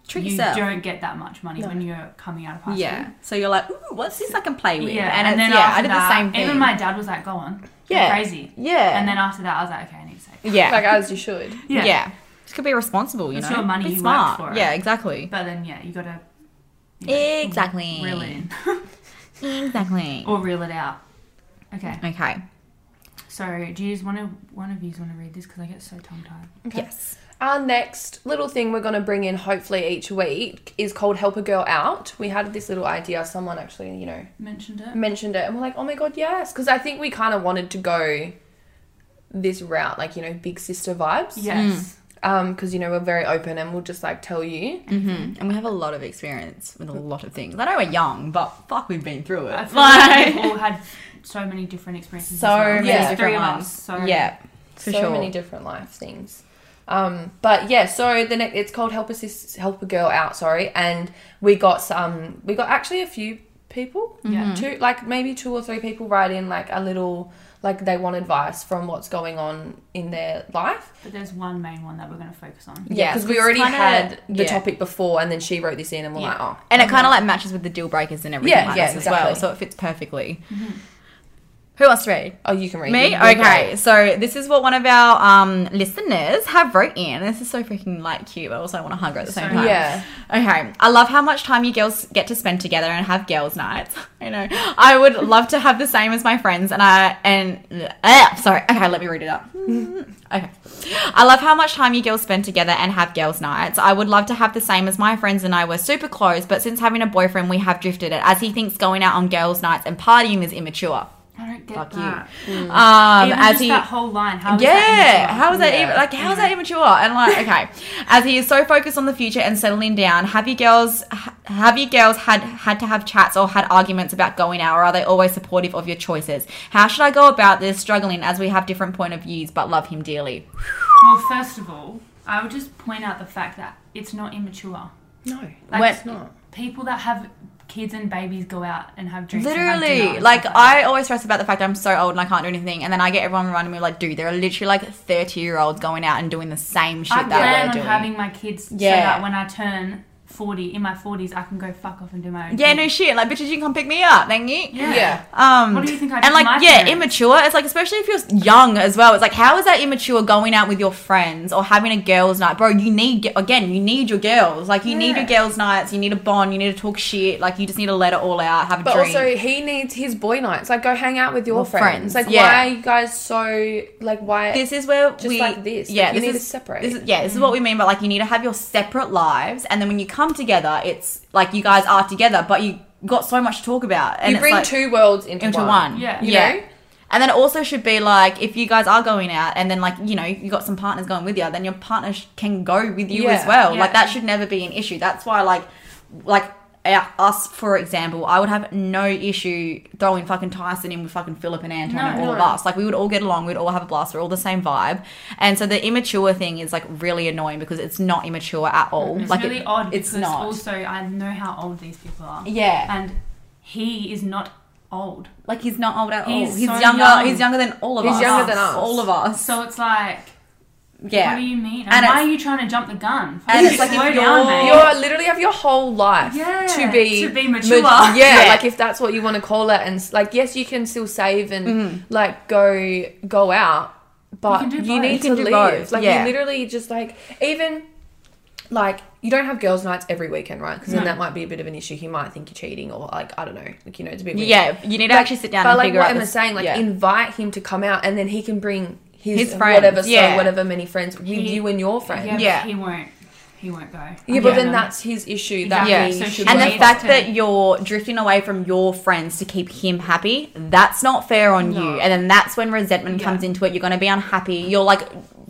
[SPEAKER 2] Treat
[SPEAKER 3] you
[SPEAKER 2] yourself.
[SPEAKER 3] don't get that much money
[SPEAKER 4] No.
[SPEAKER 3] when you're coming out of high
[SPEAKER 2] Yeah. So you're like, ooh, what's this I can play
[SPEAKER 3] school
[SPEAKER 2] with?
[SPEAKER 3] yeah
[SPEAKER 2] And,
[SPEAKER 3] and
[SPEAKER 2] it's,
[SPEAKER 3] then
[SPEAKER 2] yeah,
[SPEAKER 3] after
[SPEAKER 2] I did the
[SPEAKER 3] that,
[SPEAKER 2] same thing.
[SPEAKER 3] even my dad was like go on You're
[SPEAKER 2] Yeah.
[SPEAKER 3] crazy
[SPEAKER 2] yeah.
[SPEAKER 3] and then after that i was like okay i need to save
[SPEAKER 2] yeah.
[SPEAKER 4] Like as you should.
[SPEAKER 2] yeah. Just could be responsible, you
[SPEAKER 3] It's
[SPEAKER 2] know.
[SPEAKER 3] your money,
[SPEAKER 2] Be
[SPEAKER 3] you work
[SPEAKER 2] smart.
[SPEAKER 3] for it.
[SPEAKER 2] Yeah, exactly.
[SPEAKER 3] but then yeah you gotta you
[SPEAKER 2] Exactly.
[SPEAKER 3] reel it in
[SPEAKER 2] Exactly.
[SPEAKER 3] or reel it out okay
[SPEAKER 2] Okay.
[SPEAKER 3] So, do you want to one of you want to read this because I get so tongue tied.
[SPEAKER 2] Yes.
[SPEAKER 4] Our next little thing we're going to bring in hopefully each week is called Help a Girl Out. We had this little idea. Someone actually, you know,
[SPEAKER 3] Mentioned
[SPEAKER 2] Mm.
[SPEAKER 3] it.
[SPEAKER 4] mentioned it and we're like, oh my God, yes. Because I think we kind of wanted to go this route, like, you know, big sister vibes.
[SPEAKER 3] Yes.
[SPEAKER 4] Um, because, you know, we're very open and we'll just like tell you.
[SPEAKER 2] Mm-hmm. And we have a lot of experience with a lot of things. I know we're young, but fuck, we've been through
[SPEAKER 3] I
[SPEAKER 2] it.
[SPEAKER 3] feel like we've all had so many different
[SPEAKER 2] Mm.
[SPEAKER 3] experiences. as
[SPEAKER 2] so
[SPEAKER 3] well.
[SPEAKER 2] many
[SPEAKER 3] There's
[SPEAKER 2] different
[SPEAKER 3] three of
[SPEAKER 2] ones.
[SPEAKER 3] us. So
[SPEAKER 2] yeah, for
[SPEAKER 4] so
[SPEAKER 2] sure.
[SPEAKER 4] many different life things. Um, but yeah, so the next it's called help assist help a girl out. Sorry, and we got some. We got actually a few people.
[SPEAKER 3] Yeah.
[SPEAKER 2] Mm.
[SPEAKER 4] two like maybe two or three people write in like a little like they want advice from what's going on in their life.
[SPEAKER 3] But there's one main one that we're going to focus on.
[SPEAKER 4] Yeah,
[SPEAKER 2] Yeah,
[SPEAKER 4] because
[SPEAKER 2] 'cause
[SPEAKER 4] we
[SPEAKER 2] it's
[SPEAKER 4] already
[SPEAKER 2] kinda-
[SPEAKER 4] had the
[SPEAKER 2] yeah.
[SPEAKER 4] topic before, and then she wrote this in, and we're
[SPEAKER 3] Yeah.
[SPEAKER 4] like, oh,
[SPEAKER 2] and it kind of like matches with the deal breakers and everything
[SPEAKER 4] Yeah,
[SPEAKER 2] like
[SPEAKER 4] yeah,
[SPEAKER 2] this as
[SPEAKER 4] exactly.
[SPEAKER 2] well. So it fits perfectly.
[SPEAKER 3] Mm-hmm.
[SPEAKER 2] Who wants to read?
[SPEAKER 4] oh, you can read
[SPEAKER 2] Me?
[SPEAKER 4] You're
[SPEAKER 2] Okay.
[SPEAKER 4] great.
[SPEAKER 2] So this is what one of our um, listeners have wrote in. This is so freaking like cute. I also want to hug her at the same
[SPEAKER 3] So
[SPEAKER 2] time.
[SPEAKER 4] Yeah.
[SPEAKER 2] Okay. I love how much time you girls get to spend together and have girls' nights. I know. I would love to have the same as my friends and I and uh, sorry. Okay, let me read it up. Okay. I love how much time you girls spend together and have girls' nights. I would love to have the same as my friends and I were super close, but since having a boyfriend, we have drifted it as he thinks going out on girls' nights and partying is immature.
[SPEAKER 3] I don't get
[SPEAKER 2] Fuck you.
[SPEAKER 3] that.
[SPEAKER 2] Um,
[SPEAKER 3] Even
[SPEAKER 2] as
[SPEAKER 3] just
[SPEAKER 2] he
[SPEAKER 3] that whole line. How is
[SPEAKER 2] yeah,
[SPEAKER 3] that
[SPEAKER 2] how is that
[SPEAKER 4] Yeah.
[SPEAKER 2] even like how is that immature? And like, okay, as he is so focused on the future and settling down, have you girls ha- have you girls had had to have chats or had arguments about going out, or are they always supportive of your choices? How should I go about this? Struggling as we have different point of views, but love him dearly.
[SPEAKER 3] Well, first of all, I would just point out the fact that it's not immature.
[SPEAKER 4] No,
[SPEAKER 3] Like,
[SPEAKER 2] When-
[SPEAKER 4] it's not.
[SPEAKER 3] People that have kids and babies go out and have drinks. and have dinner
[SPEAKER 2] Literally,
[SPEAKER 3] and
[SPEAKER 2] like
[SPEAKER 3] stuff that.
[SPEAKER 2] I always stress about the fact that I'm so old and I can't do anything, and then I get everyone around me like, dude, there are literally like 30 year olds going out and doing the same shit that
[SPEAKER 3] I plan
[SPEAKER 2] we're
[SPEAKER 3] on
[SPEAKER 2] doing.
[SPEAKER 3] having my kids so
[SPEAKER 2] Yeah.
[SPEAKER 3] that when I turn 40, in my 40s, I can go fuck off and do my own
[SPEAKER 2] yeah,
[SPEAKER 3] thing.
[SPEAKER 2] no shit. Like, bitches, you can come pick me up. Thank you.
[SPEAKER 3] Yeah.
[SPEAKER 4] Yeah.
[SPEAKER 2] Um,
[SPEAKER 3] What do you think I did
[SPEAKER 2] and
[SPEAKER 3] to
[SPEAKER 2] like,
[SPEAKER 3] my
[SPEAKER 2] yeah,
[SPEAKER 3] parents?
[SPEAKER 2] immature. It's like, especially if you're young as well. It's like, how is that immature going out with your friends or having a girls' night, bro? You need again, you need your girls. Like, you need
[SPEAKER 3] Yeah.
[SPEAKER 2] your girls' nights. You need a bond. You need to talk shit. Like, you just need to let it all out. Have a
[SPEAKER 4] But
[SPEAKER 2] drink.
[SPEAKER 4] also, he needs his boy nights. Like, go hang out with your
[SPEAKER 2] Well,
[SPEAKER 4] friends.
[SPEAKER 2] friends,
[SPEAKER 4] Like,
[SPEAKER 2] yeah.
[SPEAKER 4] why are you guys so like why?
[SPEAKER 2] this is where
[SPEAKER 4] Just
[SPEAKER 2] we
[SPEAKER 4] like this,
[SPEAKER 2] Yeah,
[SPEAKER 4] like, you
[SPEAKER 2] this
[SPEAKER 4] need
[SPEAKER 2] is
[SPEAKER 4] to separate.
[SPEAKER 2] This is, yeah, this is
[SPEAKER 3] Mm.
[SPEAKER 2] what we mean by like you need to have your separate lives, and then when you come together, it's like you guys are together, but you got so much to talk about. And
[SPEAKER 4] you
[SPEAKER 2] it's
[SPEAKER 4] bring
[SPEAKER 2] like-
[SPEAKER 4] two worlds into,
[SPEAKER 2] into
[SPEAKER 4] one.
[SPEAKER 2] one.
[SPEAKER 3] Yeah.
[SPEAKER 4] You
[SPEAKER 2] yeah.
[SPEAKER 4] know?
[SPEAKER 2] And then it also should be like if you guys are going out and then like you know you got some partners going with you, then your partner sh- can go with you
[SPEAKER 4] Yeah.
[SPEAKER 2] as well.
[SPEAKER 3] Yeah.
[SPEAKER 2] Like that should never be an issue. That's why like like our, us for example, I would have no issue throwing fucking Tyson in with fucking Philip and Anton and
[SPEAKER 3] No,
[SPEAKER 2] all of
[SPEAKER 4] no.
[SPEAKER 2] us. Like we would all get along. We'd all have a blast. We're all the same vibe. And so the immature thing is like really annoying because it's not immature at all.
[SPEAKER 3] Mm-hmm. It's
[SPEAKER 2] like it-
[SPEAKER 3] really odd
[SPEAKER 2] It's
[SPEAKER 3] because
[SPEAKER 2] not.
[SPEAKER 3] also I know how old these people are.
[SPEAKER 2] yeah,
[SPEAKER 3] And he is not old.
[SPEAKER 2] like he's not old at all.
[SPEAKER 3] He's
[SPEAKER 2] He's,
[SPEAKER 3] so
[SPEAKER 2] younger.
[SPEAKER 3] young.
[SPEAKER 2] He's younger than all of
[SPEAKER 4] He's
[SPEAKER 2] us.
[SPEAKER 4] younger than us.
[SPEAKER 2] All of us.
[SPEAKER 3] So it's like,
[SPEAKER 2] yeah.
[SPEAKER 3] what do you mean? And,
[SPEAKER 2] And
[SPEAKER 3] why
[SPEAKER 2] it's-
[SPEAKER 3] are you trying to jump the gun?
[SPEAKER 2] And it's
[SPEAKER 3] Fucking
[SPEAKER 2] like if
[SPEAKER 3] slow
[SPEAKER 2] you're-
[SPEAKER 3] down, mate.
[SPEAKER 4] You are literally have your whole life
[SPEAKER 3] Yeah,
[SPEAKER 4] to be
[SPEAKER 3] to be mature.
[SPEAKER 4] yeah,
[SPEAKER 2] Yeah.
[SPEAKER 4] like if that's what you want to call it, and s- like yes, you can still save and like go go out, but
[SPEAKER 3] You can
[SPEAKER 4] you,
[SPEAKER 3] do both.
[SPEAKER 4] need
[SPEAKER 2] Mm-hmm. You can
[SPEAKER 4] to
[SPEAKER 2] do
[SPEAKER 4] live.
[SPEAKER 2] both,
[SPEAKER 4] Like
[SPEAKER 2] yeah.
[SPEAKER 4] you literally just like even like you don't have girls' nights every weekend, right? Because then that might be a bit of an issue. He might think you're cheating, or like I don't know, like you know, it's a bit weird.
[SPEAKER 2] Yeah, you need to actually sit down
[SPEAKER 4] But
[SPEAKER 2] and
[SPEAKER 4] like
[SPEAKER 2] figure
[SPEAKER 4] what
[SPEAKER 2] out.
[SPEAKER 4] Emma's
[SPEAKER 2] this-
[SPEAKER 4] saying, like
[SPEAKER 2] yeah.
[SPEAKER 4] invite him to come out, and then he can bring his,
[SPEAKER 2] His friends,
[SPEAKER 4] whatever, so
[SPEAKER 2] yeah.
[SPEAKER 4] whatever many friends with you and your friends.
[SPEAKER 3] Yeah, but
[SPEAKER 2] Yeah.
[SPEAKER 3] He won't. He won't go.
[SPEAKER 4] Yeah, but
[SPEAKER 3] I
[SPEAKER 4] then
[SPEAKER 3] know.
[SPEAKER 4] that's his issue. That
[SPEAKER 3] Exactly.
[SPEAKER 4] he
[SPEAKER 3] So
[SPEAKER 4] should
[SPEAKER 3] she
[SPEAKER 2] and
[SPEAKER 3] Well,
[SPEAKER 2] the
[SPEAKER 3] you
[SPEAKER 4] worry
[SPEAKER 2] fact
[SPEAKER 3] have
[SPEAKER 2] that you're drifting away from your friends to keep him happy, that's not fair on
[SPEAKER 4] No.
[SPEAKER 2] you. And then that's when resentment
[SPEAKER 3] Yeah.
[SPEAKER 2] comes into it. You're going to be unhappy. You're like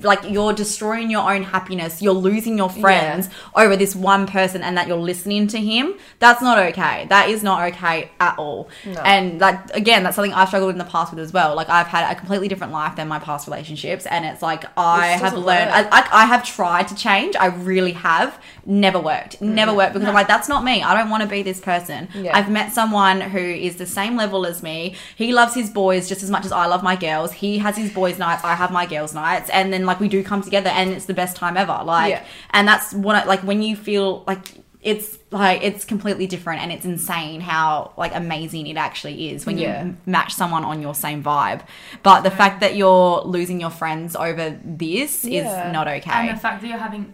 [SPEAKER 2] like you're destroying your own happiness. You're losing your friends over this one person, and that you're listening to him. That's not okay. That is not okay at all. And that again, that's something I've struggled in the past with as well. Like I've had a completely different life than my past relationships, and it's like I
[SPEAKER 4] This
[SPEAKER 2] have
[SPEAKER 4] doesn't
[SPEAKER 2] learned. I,
[SPEAKER 4] work.
[SPEAKER 2] I, I have tried to change. I really have. Never worked. Never worked because I'm like that's not me. I don't want to be this person.
[SPEAKER 4] Mm. Yeah.
[SPEAKER 2] I've met someone who is the same level as me. He loves his boys just as much as I love my girls. He has his boys' nights. I have my girls' nights. And then like we do come together, and it's the best time ever. Like,
[SPEAKER 4] Yeah.
[SPEAKER 2] and that's what I, like when you feel like it's like it's completely different, and it's insane how like amazing it actually is when you
[SPEAKER 4] Yeah.
[SPEAKER 2] m- match someone on your same vibe. But the fact that you're losing your friends over this
[SPEAKER 4] Yeah.
[SPEAKER 2] is not
[SPEAKER 3] And
[SPEAKER 2] okay.
[SPEAKER 3] the fact that you're having,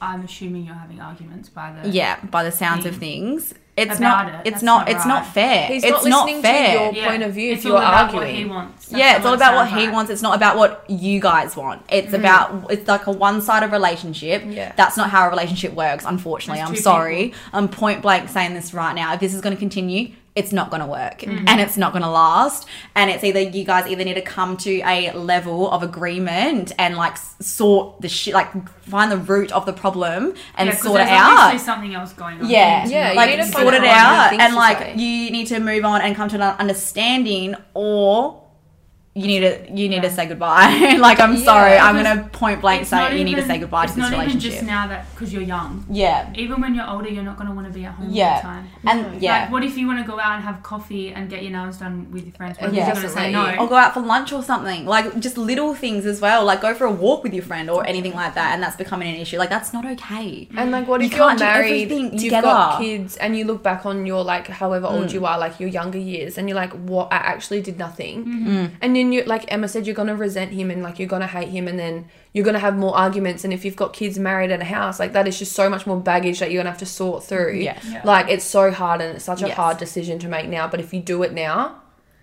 [SPEAKER 3] I'm assuming you're having arguments by the.
[SPEAKER 2] yeah, by the sounds of things. It's
[SPEAKER 3] About
[SPEAKER 2] not.
[SPEAKER 3] it.
[SPEAKER 2] It's
[SPEAKER 3] That's
[SPEAKER 2] not.
[SPEAKER 3] not
[SPEAKER 2] It's not
[SPEAKER 3] right.
[SPEAKER 2] fair.
[SPEAKER 4] He's
[SPEAKER 2] it's
[SPEAKER 4] not listening to
[SPEAKER 2] fair.
[SPEAKER 4] your point of view
[SPEAKER 3] It's
[SPEAKER 4] if you
[SPEAKER 3] all
[SPEAKER 4] are
[SPEAKER 3] about what
[SPEAKER 4] arguing.
[SPEAKER 3] he wants. That's
[SPEAKER 2] yeah, it's all about what
[SPEAKER 3] sounds
[SPEAKER 2] he
[SPEAKER 3] like.
[SPEAKER 2] wants. It's not about what you guys want.
[SPEAKER 3] Mm.
[SPEAKER 2] It's about it's like a one-sided relationship.
[SPEAKER 4] Yeah.
[SPEAKER 2] that's not how a relationship works. Unfortunately,
[SPEAKER 3] There's
[SPEAKER 2] I'm
[SPEAKER 3] two
[SPEAKER 2] sorry. I'm point blank saying this right now. If this is going to continue, it's not going to work,
[SPEAKER 3] Mm-hmm.
[SPEAKER 2] and it's not going to last. And it's either you guys either need to come to a level of agreement and like s- sort the shit, like find the root of the problem and
[SPEAKER 3] Yeah, 'cause
[SPEAKER 2] sort it
[SPEAKER 3] there's obviously
[SPEAKER 2] out.
[SPEAKER 3] something else going on.
[SPEAKER 2] Yeah,
[SPEAKER 3] It's
[SPEAKER 4] Yeah,
[SPEAKER 3] not-
[SPEAKER 4] you
[SPEAKER 2] like
[SPEAKER 4] need to find
[SPEAKER 2] sort it
[SPEAKER 4] out what everyone
[SPEAKER 2] out,
[SPEAKER 4] thinks
[SPEAKER 2] and
[SPEAKER 4] is
[SPEAKER 2] like
[SPEAKER 4] right.
[SPEAKER 2] you need to move on and come to an understanding, or you need to you need to
[SPEAKER 3] Yeah.
[SPEAKER 2] say goodbye. like I'm sorry,
[SPEAKER 4] Yeah,
[SPEAKER 2] I'm
[SPEAKER 3] because
[SPEAKER 2] gonna point blank
[SPEAKER 3] It's
[SPEAKER 2] say
[SPEAKER 3] not
[SPEAKER 2] you need to
[SPEAKER 3] even-
[SPEAKER 2] say goodbye to
[SPEAKER 3] it's
[SPEAKER 2] this
[SPEAKER 3] not even
[SPEAKER 2] relationship.
[SPEAKER 3] just now that because you're young.
[SPEAKER 2] yeah,
[SPEAKER 3] Even when you're older, you're not going to want to be at home all the
[SPEAKER 2] yeah,
[SPEAKER 3] time.
[SPEAKER 2] and yeah.
[SPEAKER 3] Like, what if you want to go out and have coffee and get your nails done with your friends? What if
[SPEAKER 2] Yeah.
[SPEAKER 3] you're going to say
[SPEAKER 4] Definitely.
[SPEAKER 2] or
[SPEAKER 3] no?
[SPEAKER 2] go out for lunch or something like just little things as well like go for a walk with your friend or anything like that and that's becoming an issue like that's not okay
[SPEAKER 4] And like, what
[SPEAKER 2] You
[SPEAKER 4] if you're
[SPEAKER 2] can't do
[SPEAKER 4] married,
[SPEAKER 2] everything
[SPEAKER 4] you've got
[SPEAKER 2] together. Mm.
[SPEAKER 4] kids, and you look back on your like, however old you are, like your younger years, and you're like, what? I actually did nothing.
[SPEAKER 2] Mm-hmm.
[SPEAKER 4] And then you, like Emma said, you're gonna resent him, and like you're gonna hate him, and then you're gonna have more arguments. And if you've got kids, married, and a house, like that is just so much more baggage that you're gonna have to sort through.
[SPEAKER 2] Yes.
[SPEAKER 3] Yeah.
[SPEAKER 4] Like it's so hard, and it's such a
[SPEAKER 2] Yes.
[SPEAKER 4] hard decision to make now. But if you do it now.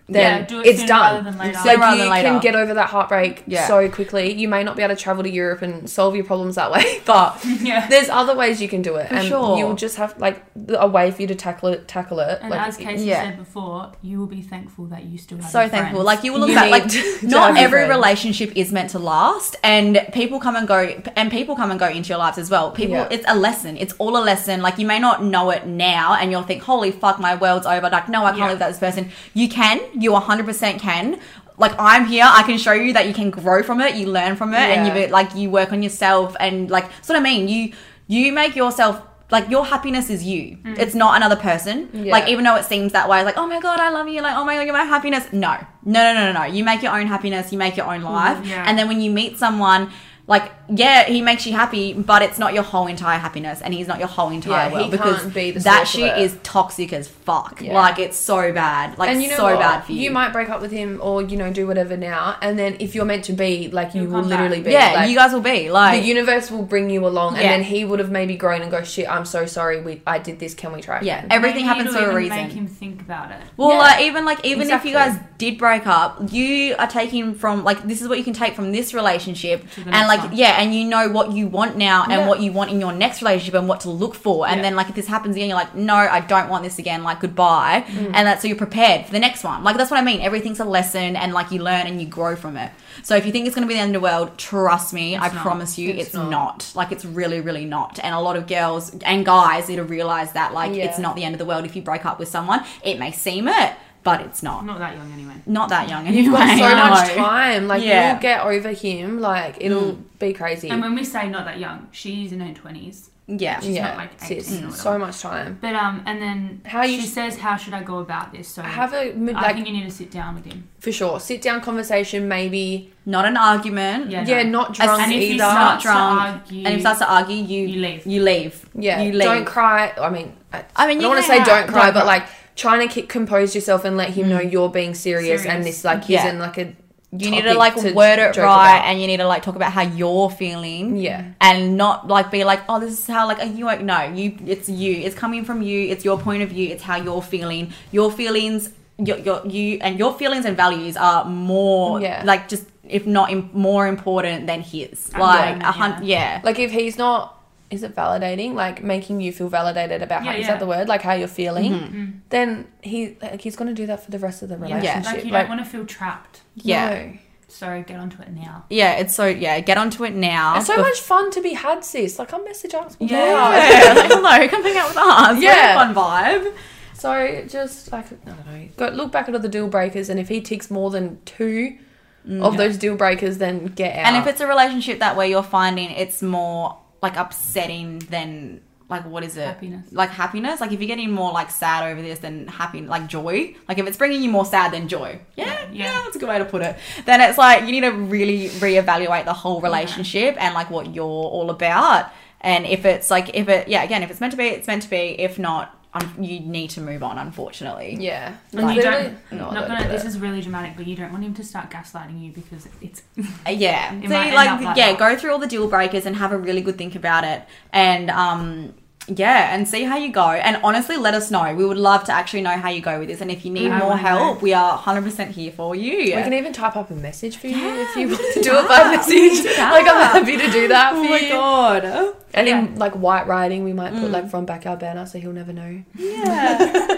[SPEAKER 3] Yeah,
[SPEAKER 4] Then
[SPEAKER 3] do it
[SPEAKER 4] it's
[SPEAKER 3] sooner
[SPEAKER 4] done.
[SPEAKER 3] rather than later.
[SPEAKER 4] Like
[SPEAKER 2] Sooner rather
[SPEAKER 4] you
[SPEAKER 2] than later.
[SPEAKER 4] can get over that heartbreak
[SPEAKER 2] Yeah.
[SPEAKER 4] so quickly. You may not be able to travel to Europe and solve your problems that way, but
[SPEAKER 3] Yeah.
[SPEAKER 4] there's other ways you can do it,
[SPEAKER 2] For
[SPEAKER 4] and
[SPEAKER 2] sure.
[SPEAKER 4] you'll just have like a way for you to tackle it. Tackle it.
[SPEAKER 3] And
[SPEAKER 4] like,
[SPEAKER 3] as Casey
[SPEAKER 2] yeah.
[SPEAKER 3] said before, you will be thankful that you still have
[SPEAKER 2] so
[SPEAKER 3] your
[SPEAKER 2] thankful.
[SPEAKER 3] friends.
[SPEAKER 2] Like you will look
[SPEAKER 4] You
[SPEAKER 2] back.
[SPEAKER 4] need
[SPEAKER 2] Like
[SPEAKER 4] to
[SPEAKER 2] not
[SPEAKER 4] have your
[SPEAKER 2] every
[SPEAKER 4] friends.
[SPEAKER 2] relationship is meant to last, and people come and go, and people come and go into your lives as well. People,
[SPEAKER 4] Yeah.
[SPEAKER 2] it's a lesson. It's all a lesson. Like you may not know it now, and you'll think, "Holy fuck, my world's over." Like, no, I can't
[SPEAKER 3] Yeah.
[SPEAKER 2] live without this person. You can. You 100 percent can. Like I'm here, I can show you that you can grow from it. You learn from it, and
[SPEAKER 4] Yeah.
[SPEAKER 2] you like you work on yourself, and like that's what I mean. You you make yourself. Like your happiness is you. It's not another person.
[SPEAKER 4] Mm. Yeah.
[SPEAKER 2] Like even though it seems that way, like oh my god, I love you, like oh my god, you're my happiness. No, no, no, no, no, no. You make your own happiness. You make your
[SPEAKER 4] Mm,
[SPEAKER 2] own life,
[SPEAKER 3] yeah.
[SPEAKER 2] and then when you meet someone, like yeah, he makes you happy, but it's not your whole entire happiness, and he's not your whole entire
[SPEAKER 4] Yeah, he
[SPEAKER 2] world
[SPEAKER 4] can't be the
[SPEAKER 2] that
[SPEAKER 4] source of
[SPEAKER 2] shit
[SPEAKER 4] it.
[SPEAKER 2] is toxic as fuck.
[SPEAKER 4] Yeah.
[SPEAKER 2] Like it's so bad. Like
[SPEAKER 4] and you know
[SPEAKER 2] so
[SPEAKER 4] what?
[SPEAKER 2] bad for you.
[SPEAKER 4] might break up with him, or you know, do whatever now, and then if you're meant to be, like you
[SPEAKER 3] You'll
[SPEAKER 4] will
[SPEAKER 3] come back.
[SPEAKER 4] literally be.
[SPEAKER 2] yeah,
[SPEAKER 4] like,
[SPEAKER 2] you guys will be like
[SPEAKER 4] The universe will bring you along, and
[SPEAKER 2] Yeah.
[SPEAKER 4] then he would have maybe grown and go, "Shit, I'm so sorry. We, I did this. Can we try?"
[SPEAKER 2] yeah,
[SPEAKER 4] again?"
[SPEAKER 2] everything
[SPEAKER 3] Maybe
[SPEAKER 2] happens
[SPEAKER 3] it'll
[SPEAKER 2] for a
[SPEAKER 3] even
[SPEAKER 2] reason.
[SPEAKER 3] Make him think about it.
[SPEAKER 2] Well,
[SPEAKER 4] Yeah.
[SPEAKER 2] like even like even if you
[SPEAKER 4] Exactly.
[SPEAKER 2] guys did break up, you are taking from like this is what you can take from this relationship,
[SPEAKER 3] To the
[SPEAKER 2] and
[SPEAKER 3] next
[SPEAKER 2] like
[SPEAKER 3] one.
[SPEAKER 2] yeah, and you know what you want now and
[SPEAKER 4] Yeah.
[SPEAKER 2] what you want in your next relationship and what to look for, and
[SPEAKER 3] Yeah.
[SPEAKER 2] then like if this happens again, you're like, no, I don't want this again. Like goodbye, and that's so you're prepared for the next one. Like that's what I mean. Everything's a lesson, and like you learn and you grow from it. So if you think it's gonna be the end of the world, trust me, I
[SPEAKER 3] not.
[SPEAKER 2] promise you, it's,
[SPEAKER 4] It's
[SPEAKER 2] not.
[SPEAKER 4] not.
[SPEAKER 2] Like it's really, really not. And a lot of girls and guys need to realize that like
[SPEAKER 4] Yeah.
[SPEAKER 2] it's not the end of the world if you break up with someone. It may seem it, but it's not.
[SPEAKER 3] I'm not that young anyway.
[SPEAKER 2] Not that young anyway.
[SPEAKER 4] You've got so
[SPEAKER 2] I
[SPEAKER 4] much
[SPEAKER 2] know.
[SPEAKER 4] time. Like
[SPEAKER 2] Yeah. Mm.
[SPEAKER 4] you'll get over him. Like it'll be crazy.
[SPEAKER 3] And when we say not that young, she's in her twenties.
[SPEAKER 2] Yeah.
[SPEAKER 3] she's
[SPEAKER 4] yeah,
[SPEAKER 3] not, like,
[SPEAKER 4] sis,
[SPEAKER 3] 18 or
[SPEAKER 4] so much time.
[SPEAKER 3] But um, and then
[SPEAKER 4] How you
[SPEAKER 3] she
[SPEAKER 4] sh-
[SPEAKER 3] says, "How should I go about this?" So
[SPEAKER 4] Have a mid-
[SPEAKER 3] Mm. I
[SPEAKER 4] like
[SPEAKER 3] think you need to sit down with him.
[SPEAKER 4] for sure. Sit down conversation. Maybe
[SPEAKER 2] Not an argument.
[SPEAKER 3] Yeah.
[SPEAKER 4] yeah,
[SPEAKER 3] no.
[SPEAKER 4] not drunk
[SPEAKER 3] And if you
[SPEAKER 4] either.
[SPEAKER 2] Not drunk.
[SPEAKER 3] start Starts to argue,
[SPEAKER 2] and if starts to argue, you,
[SPEAKER 3] you leave.
[SPEAKER 2] You leave.
[SPEAKER 4] Yeah,
[SPEAKER 2] You leave.
[SPEAKER 4] don't cry. I mean, I,
[SPEAKER 2] I mean,
[SPEAKER 4] I mean,
[SPEAKER 2] you
[SPEAKER 4] don't
[SPEAKER 2] know
[SPEAKER 4] want to say
[SPEAKER 2] how-
[SPEAKER 4] don't cry,
[SPEAKER 2] don't
[SPEAKER 4] but
[SPEAKER 2] cry.
[SPEAKER 4] like trying to ki- compose yourself and let him know you're being serious,
[SPEAKER 3] Serious.
[SPEAKER 4] and this like
[SPEAKER 2] Mm. Yeah.
[SPEAKER 4] isn't like a
[SPEAKER 2] you need to
[SPEAKER 4] topic
[SPEAKER 2] like
[SPEAKER 4] to
[SPEAKER 2] word it
[SPEAKER 4] joke
[SPEAKER 2] right
[SPEAKER 4] about.
[SPEAKER 2] and you need to like talk about how you're feeling.
[SPEAKER 4] Yeah.
[SPEAKER 2] And not like be like, oh, this is how like you won't know. You it's you. It's coming from you. It's your point of view. It's how you're feeling. Your feelings your, your you and your feelings and values are more
[SPEAKER 4] Yeah.
[SPEAKER 2] like just if not im- more important than his. Like
[SPEAKER 3] yeah,
[SPEAKER 2] a hun- yeah.
[SPEAKER 4] Like if he's not, is it validating? Like making you feel validated about how
[SPEAKER 3] Yeah,
[SPEAKER 4] is
[SPEAKER 3] yeah.
[SPEAKER 4] that the word? Like how you're feeling?
[SPEAKER 2] Mm-hmm.
[SPEAKER 4] Then he like, he's gonna do that for the rest of the
[SPEAKER 3] Mm. Yeah,
[SPEAKER 4] relationship.
[SPEAKER 3] like you don't
[SPEAKER 4] Like,
[SPEAKER 3] want to feel trapped.
[SPEAKER 2] Yeah.
[SPEAKER 4] no.
[SPEAKER 3] So get onto it now.
[SPEAKER 2] Yeah, it's so yeah. Get onto it now.
[SPEAKER 4] It's so
[SPEAKER 2] Bef-
[SPEAKER 4] much fun to be had, sis. Like, come message us.
[SPEAKER 2] Yeah, like, hello, come hang out with us.
[SPEAKER 4] Yeah.
[SPEAKER 2] Yeah, fun vibe.
[SPEAKER 4] So just like I don't know, go look back at all the deal breakers, and if he ticks more than two of
[SPEAKER 3] Yeah.
[SPEAKER 4] those deal breakers, then get out.
[SPEAKER 2] Mm. And if it's a relationship that way, you're finding it's more like upsetting than like what is it?
[SPEAKER 3] Happiness.
[SPEAKER 2] Like happiness. Like if you're getting more like sad over this than happy, like joy. Like if it's bringing you more sad than joy. Yeah, yeah,
[SPEAKER 3] Yeah.
[SPEAKER 2] that's a good way to put it. Then it's like you need to really reevaluate the whole relationship and like what you're all about. And if it's like if it yeah again if it's meant to be it's meant to be. If not, un- you need to move on. Unfortunately.
[SPEAKER 4] yeah,
[SPEAKER 3] And you
[SPEAKER 4] Literally-
[SPEAKER 3] don't.
[SPEAKER 4] No,
[SPEAKER 3] not
[SPEAKER 4] I don't
[SPEAKER 3] gonna.
[SPEAKER 4] do
[SPEAKER 3] This
[SPEAKER 4] that.
[SPEAKER 3] is really dramatic, but you don't want him to start gaslighting you because it's
[SPEAKER 2] Uh, Yeah.
[SPEAKER 3] It
[SPEAKER 2] so
[SPEAKER 3] might end
[SPEAKER 2] like,
[SPEAKER 3] up like
[SPEAKER 2] yeah,
[SPEAKER 3] that.
[SPEAKER 2] go through all the deal breakers and have a really good think about it. And um yeah, and see how you go. And honestly, let us know. We would love to actually know how you go with this. And if you need
[SPEAKER 3] I
[SPEAKER 2] more
[SPEAKER 3] wanna
[SPEAKER 2] help, we are 100% here for you.
[SPEAKER 4] We can even type up a message for you if you
[SPEAKER 2] we
[SPEAKER 4] want to
[SPEAKER 2] can
[SPEAKER 4] do
[SPEAKER 2] do
[SPEAKER 4] it by
[SPEAKER 2] that. We
[SPEAKER 4] message.
[SPEAKER 2] can do that.
[SPEAKER 4] Like I'm happy to do that for
[SPEAKER 2] oh my
[SPEAKER 4] you.
[SPEAKER 2] god. Mm.
[SPEAKER 4] And in like white writing, we might put like from back our banner, so he'll never know.
[SPEAKER 2] Yeah.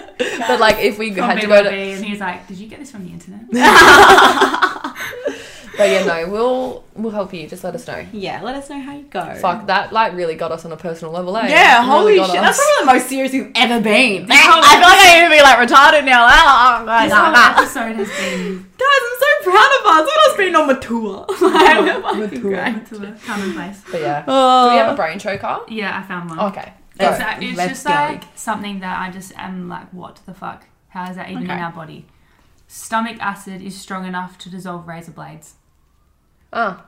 [SPEAKER 4] But like if we
[SPEAKER 3] from
[SPEAKER 4] had to go
[SPEAKER 3] BYB,
[SPEAKER 4] to,
[SPEAKER 3] and he's like, "Did you get this from the internet?"
[SPEAKER 4] but yeah, no, we'll we'll help you. Just let us know.
[SPEAKER 2] yeah, let us know how you go.
[SPEAKER 4] Fuck that! Like really got us on a personal level, eh?
[SPEAKER 2] Yeah, holy
[SPEAKER 4] Really got
[SPEAKER 2] shit.
[SPEAKER 4] us.
[SPEAKER 2] That's probably the most serious you've ever been.
[SPEAKER 3] Yeah.
[SPEAKER 2] I feel like I need to be like retarded now.
[SPEAKER 3] this whole episode has been
[SPEAKER 2] Guys, I'm so proud of us. What else being on mature? like, we're fucking
[SPEAKER 4] Mature.
[SPEAKER 2] great.
[SPEAKER 3] to the commonplace.
[SPEAKER 4] But yeah,
[SPEAKER 2] Oh.
[SPEAKER 4] do we have a brain choker?
[SPEAKER 3] Yeah, I found one.
[SPEAKER 4] Okay,
[SPEAKER 3] It's,
[SPEAKER 4] Oh, go.
[SPEAKER 2] Exactly.
[SPEAKER 3] like- it's
[SPEAKER 2] Let's
[SPEAKER 3] just
[SPEAKER 2] go.
[SPEAKER 3] like something that I just am like, what the fuck? How is that even in
[SPEAKER 2] Okay.
[SPEAKER 3] our body? Stomach acid is strong enough to dissolve razor blades.
[SPEAKER 4] Ah,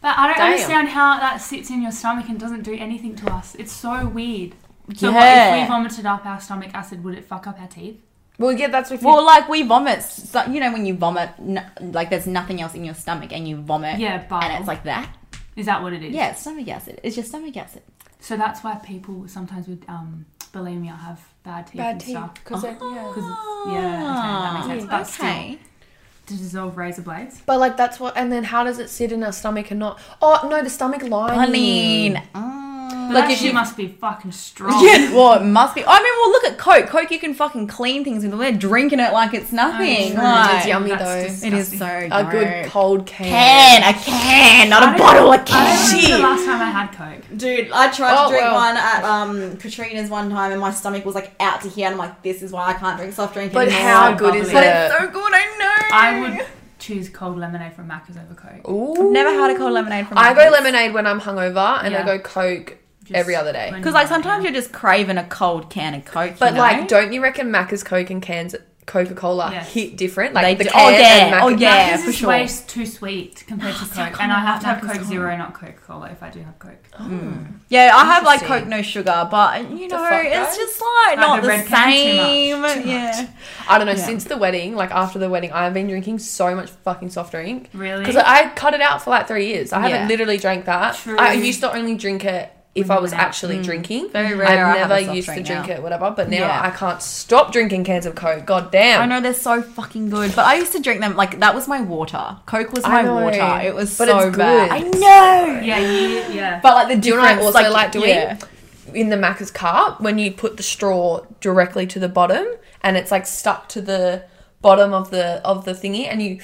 [SPEAKER 3] But I don't
[SPEAKER 4] Damn.
[SPEAKER 3] understand how that sits in your stomach and doesn't do anything to us. It's so weird. So what if
[SPEAKER 2] Oh, Yeah.
[SPEAKER 3] we vomited up our stomach acid? Would it fuck up our teeth?
[SPEAKER 4] well, yeah, that's if you
[SPEAKER 2] Well, like we vomit, so, you know, when you vomit, n- like there's nothing else in your stomach, and you vomit.
[SPEAKER 3] Yeah, but
[SPEAKER 2] And it's like that.
[SPEAKER 3] is that what it is?
[SPEAKER 2] Yeah, it's stomach acid. It's just stomach acid.
[SPEAKER 3] So that's why people sometimes with um, bulimia have bad teeth
[SPEAKER 4] bad
[SPEAKER 3] and
[SPEAKER 4] teeth
[SPEAKER 3] stuff.
[SPEAKER 4] because
[SPEAKER 2] uh-huh.
[SPEAKER 4] yeah.
[SPEAKER 3] Because it's, yeah, okay, that makes sense. But still,
[SPEAKER 2] Oh, okay.
[SPEAKER 3] to dissolve razor blades.
[SPEAKER 4] But like that's what, and then how does it sit in our stomach and not? Oh no, the stomach lining.
[SPEAKER 2] I mean,
[SPEAKER 3] But
[SPEAKER 4] Like,
[SPEAKER 3] that
[SPEAKER 4] if
[SPEAKER 3] shit
[SPEAKER 4] you-
[SPEAKER 3] must be fucking strong.
[SPEAKER 2] Oh. yeah. Well, it must be. I mean, well, look at Coke. Coke, you can fucking clean things with. We're drinking it like it's nothing.
[SPEAKER 3] true.
[SPEAKER 2] like,
[SPEAKER 4] It's yummy
[SPEAKER 3] That's
[SPEAKER 4] though.
[SPEAKER 3] disgusting.
[SPEAKER 2] It is so good.
[SPEAKER 4] A good cold can.
[SPEAKER 2] can, a can, not
[SPEAKER 3] I
[SPEAKER 2] a
[SPEAKER 3] don't-
[SPEAKER 2] bottle, a
[SPEAKER 3] I don't remember the
[SPEAKER 2] can.
[SPEAKER 3] last time I had Coke.
[SPEAKER 2] Dude, I tried
[SPEAKER 4] Oh,
[SPEAKER 2] to drink
[SPEAKER 4] well.
[SPEAKER 2] one at um, Katrina's one time, and my stomach was like out to here, and I'm like, this is why I can't drink soft drink
[SPEAKER 4] But
[SPEAKER 2] anymore.
[SPEAKER 4] how good is
[SPEAKER 3] But
[SPEAKER 4] it?
[SPEAKER 2] so good, I know.
[SPEAKER 3] I would choose cold lemonade from Macca's over Coke.
[SPEAKER 4] Ooh.
[SPEAKER 2] never had a cold lemonade from.
[SPEAKER 4] I go lemonade when I'm hungover, and I
[SPEAKER 3] Yeah.
[SPEAKER 4] go Coke
[SPEAKER 3] Just
[SPEAKER 4] every other day.
[SPEAKER 3] when
[SPEAKER 2] because
[SPEAKER 3] you're
[SPEAKER 2] like sometimes
[SPEAKER 3] out.
[SPEAKER 2] you're just craving a cold can of Coke.
[SPEAKER 4] But
[SPEAKER 2] you know?
[SPEAKER 4] like, don't you reckon Macca's Coke and cans Coca Cola
[SPEAKER 3] Yes.
[SPEAKER 4] hit different?
[SPEAKER 2] They
[SPEAKER 4] Like the
[SPEAKER 2] do-
[SPEAKER 4] can
[SPEAKER 2] oh, yeah,
[SPEAKER 4] and Macca's.
[SPEAKER 2] oh, yeah.
[SPEAKER 3] Macca's
[SPEAKER 2] for
[SPEAKER 3] is
[SPEAKER 2] sure.
[SPEAKER 3] way too sweet compared to
[SPEAKER 2] see, I
[SPEAKER 3] Coke,
[SPEAKER 2] can't
[SPEAKER 3] and I have to have
[SPEAKER 2] like
[SPEAKER 3] Coke
[SPEAKER 2] Macca's
[SPEAKER 3] Zero, not Coke Cola, if I do have Coke.
[SPEAKER 2] yeah, I have like
[SPEAKER 4] Interesting.
[SPEAKER 2] Coke no sugar, but you know
[SPEAKER 4] fuck, guys?
[SPEAKER 2] it's just like
[SPEAKER 3] Like
[SPEAKER 2] not
[SPEAKER 3] the
[SPEAKER 2] the,
[SPEAKER 3] red can, too much,
[SPEAKER 2] same.
[SPEAKER 3] too
[SPEAKER 2] yeah,
[SPEAKER 4] I don't know.
[SPEAKER 2] Yeah.
[SPEAKER 4] Since the wedding, like after the wedding, I've been drinking so much fucking soft drink.
[SPEAKER 3] Really?
[SPEAKER 4] Because I cut it out for like three years.
[SPEAKER 2] Yeah.
[SPEAKER 4] I haven't literally drank that.
[SPEAKER 3] True.
[SPEAKER 4] I used to only drink it if
[SPEAKER 3] When
[SPEAKER 4] I
[SPEAKER 3] you
[SPEAKER 4] was
[SPEAKER 3] went out.
[SPEAKER 4] actually drinking.
[SPEAKER 2] Mm. Very rare I
[SPEAKER 4] I've
[SPEAKER 2] have
[SPEAKER 4] never
[SPEAKER 2] a soft
[SPEAKER 4] used to
[SPEAKER 2] drink
[SPEAKER 4] drink
[SPEAKER 2] now.
[SPEAKER 4] it, whatever. But now
[SPEAKER 2] Yeah.
[SPEAKER 4] I can't stop drinking cans of Coke. God damn.
[SPEAKER 2] I know they're so fucking good, but I used to drink them like that was my water. Coke was my
[SPEAKER 4] I know,
[SPEAKER 2] water. It was
[SPEAKER 4] but
[SPEAKER 2] so
[SPEAKER 4] it's
[SPEAKER 2] bad.
[SPEAKER 4] good.
[SPEAKER 2] I know.
[SPEAKER 3] Yeah, yeah, yeah.
[SPEAKER 2] But like the
[SPEAKER 4] Do you know what I
[SPEAKER 2] difference,
[SPEAKER 4] also like, doing?
[SPEAKER 2] yeah.
[SPEAKER 4] In the Macca's cup, when you put the straw directly to the bottom and it's like stuck to the bottom of the of the thingy and you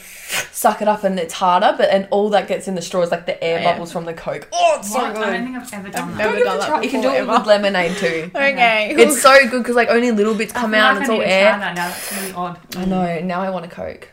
[SPEAKER 4] suck it up and it's harder but and all that gets in the straw is like the air
[SPEAKER 2] Yeah.
[SPEAKER 4] bubbles from the coke oh it's
[SPEAKER 3] What?
[SPEAKER 4] so good
[SPEAKER 3] I don't think I've ever done that.
[SPEAKER 2] Don't
[SPEAKER 4] Never done
[SPEAKER 2] even
[SPEAKER 4] that
[SPEAKER 2] try-
[SPEAKER 4] you can do it
[SPEAKER 2] before,
[SPEAKER 4] with lemonade too
[SPEAKER 2] Okay.
[SPEAKER 4] it's so good because like only little bits come out and
[SPEAKER 3] I
[SPEAKER 4] it's
[SPEAKER 3] feel
[SPEAKER 4] all
[SPEAKER 3] like I need to try
[SPEAKER 4] air
[SPEAKER 3] that now. That's really odd.
[SPEAKER 4] i know now i want a coke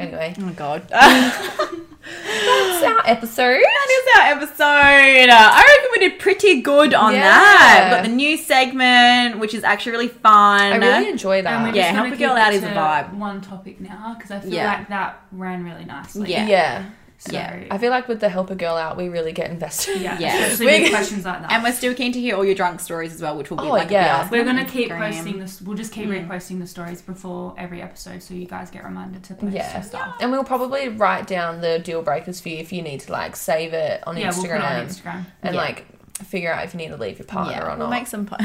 [SPEAKER 4] anyway
[SPEAKER 2] oh my god.
[SPEAKER 4] that's our episode
[SPEAKER 2] That is our episode. Uh, I reckon we did pretty good on
[SPEAKER 4] Yeah.
[SPEAKER 2] that. We've got the new segment, which is actually really fun.
[SPEAKER 4] i really enjoy
[SPEAKER 3] And
[SPEAKER 4] that
[SPEAKER 3] we're
[SPEAKER 2] Yeah,
[SPEAKER 3] just gonna
[SPEAKER 2] Help a Girl
[SPEAKER 3] keep it
[SPEAKER 2] Out is a
[SPEAKER 3] to
[SPEAKER 2] vibe.
[SPEAKER 3] One topic now, because I feel
[SPEAKER 2] Yeah.
[SPEAKER 3] like that ran really nicely.
[SPEAKER 2] Yeah.
[SPEAKER 4] yeah
[SPEAKER 3] So,
[SPEAKER 2] Yeah.
[SPEAKER 4] i feel like with the help a girl out we really get invested
[SPEAKER 3] Yeah,
[SPEAKER 2] Yeah.
[SPEAKER 3] especially
[SPEAKER 2] We're-
[SPEAKER 3] with questions like that.
[SPEAKER 2] and we're still keen to hear all your drunk stories as well, which will be
[SPEAKER 4] Oh,
[SPEAKER 2] like
[SPEAKER 4] yeah.
[SPEAKER 2] yeah.
[SPEAKER 3] We're gonna keep posting this. We'll just keep reposting the stories before every episode, so you guys get reminded to post
[SPEAKER 4] Yeah.
[SPEAKER 3] your stuff.
[SPEAKER 4] And we'll probably write down the deal breakers for you if you need to like save it on
[SPEAKER 3] Yeah,
[SPEAKER 4] Instagram
[SPEAKER 3] we'll put it on Instagram.
[SPEAKER 4] and
[SPEAKER 2] Yeah.
[SPEAKER 4] like figure out if you need to leave your partner
[SPEAKER 2] Yeah,
[SPEAKER 4] or
[SPEAKER 2] we'll
[SPEAKER 4] not.
[SPEAKER 2] make some. Po-
[SPEAKER 4] we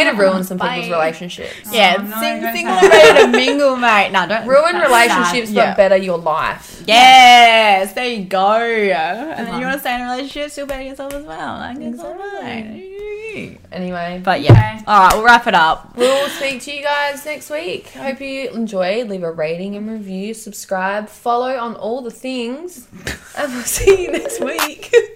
[SPEAKER 4] had to ruin some people's
[SPEAKER 2] Bye.
[SPEAKER 4] relationships.
[SPEAKER 2] yeah,
[SPEAKER 3] Oh, no,
[SPEAKER 2] sing,
[SPEAKER 3] don't
[SPEAKER 2] sing
[SPEAKER 3] say
[SPEAKER 2] and ready to mingle, mate. No, don't
[SPEAKER 4] Ruin
[SPEAKER 2] that's
[SPEAKER 4] relationships,
[SPEAKER 2] sad.
[SPEAKER 4] but
[SPEAKER 2] Yeah.
[SPEAKER 4] better your life.
[SPEAKER 2] Yes, there you go. And then
[SPEAKER 3] one.
[SPEAKER 2] you want to stay in a relationship, still better yourself as well. Like, it's all right. cute.
[SPEAKER 4] Anyway,
[SPEAKER 2] But yeah.
[SPEAKER 3] Okay.
[SPEAKER 2] All right, we'll wrap it up.
[SPEAKER 4] we'll speak to you guys next week. Hope you enjoyed. Leave a rating and review, subscribe, follow on all the things, and we'll see you next week.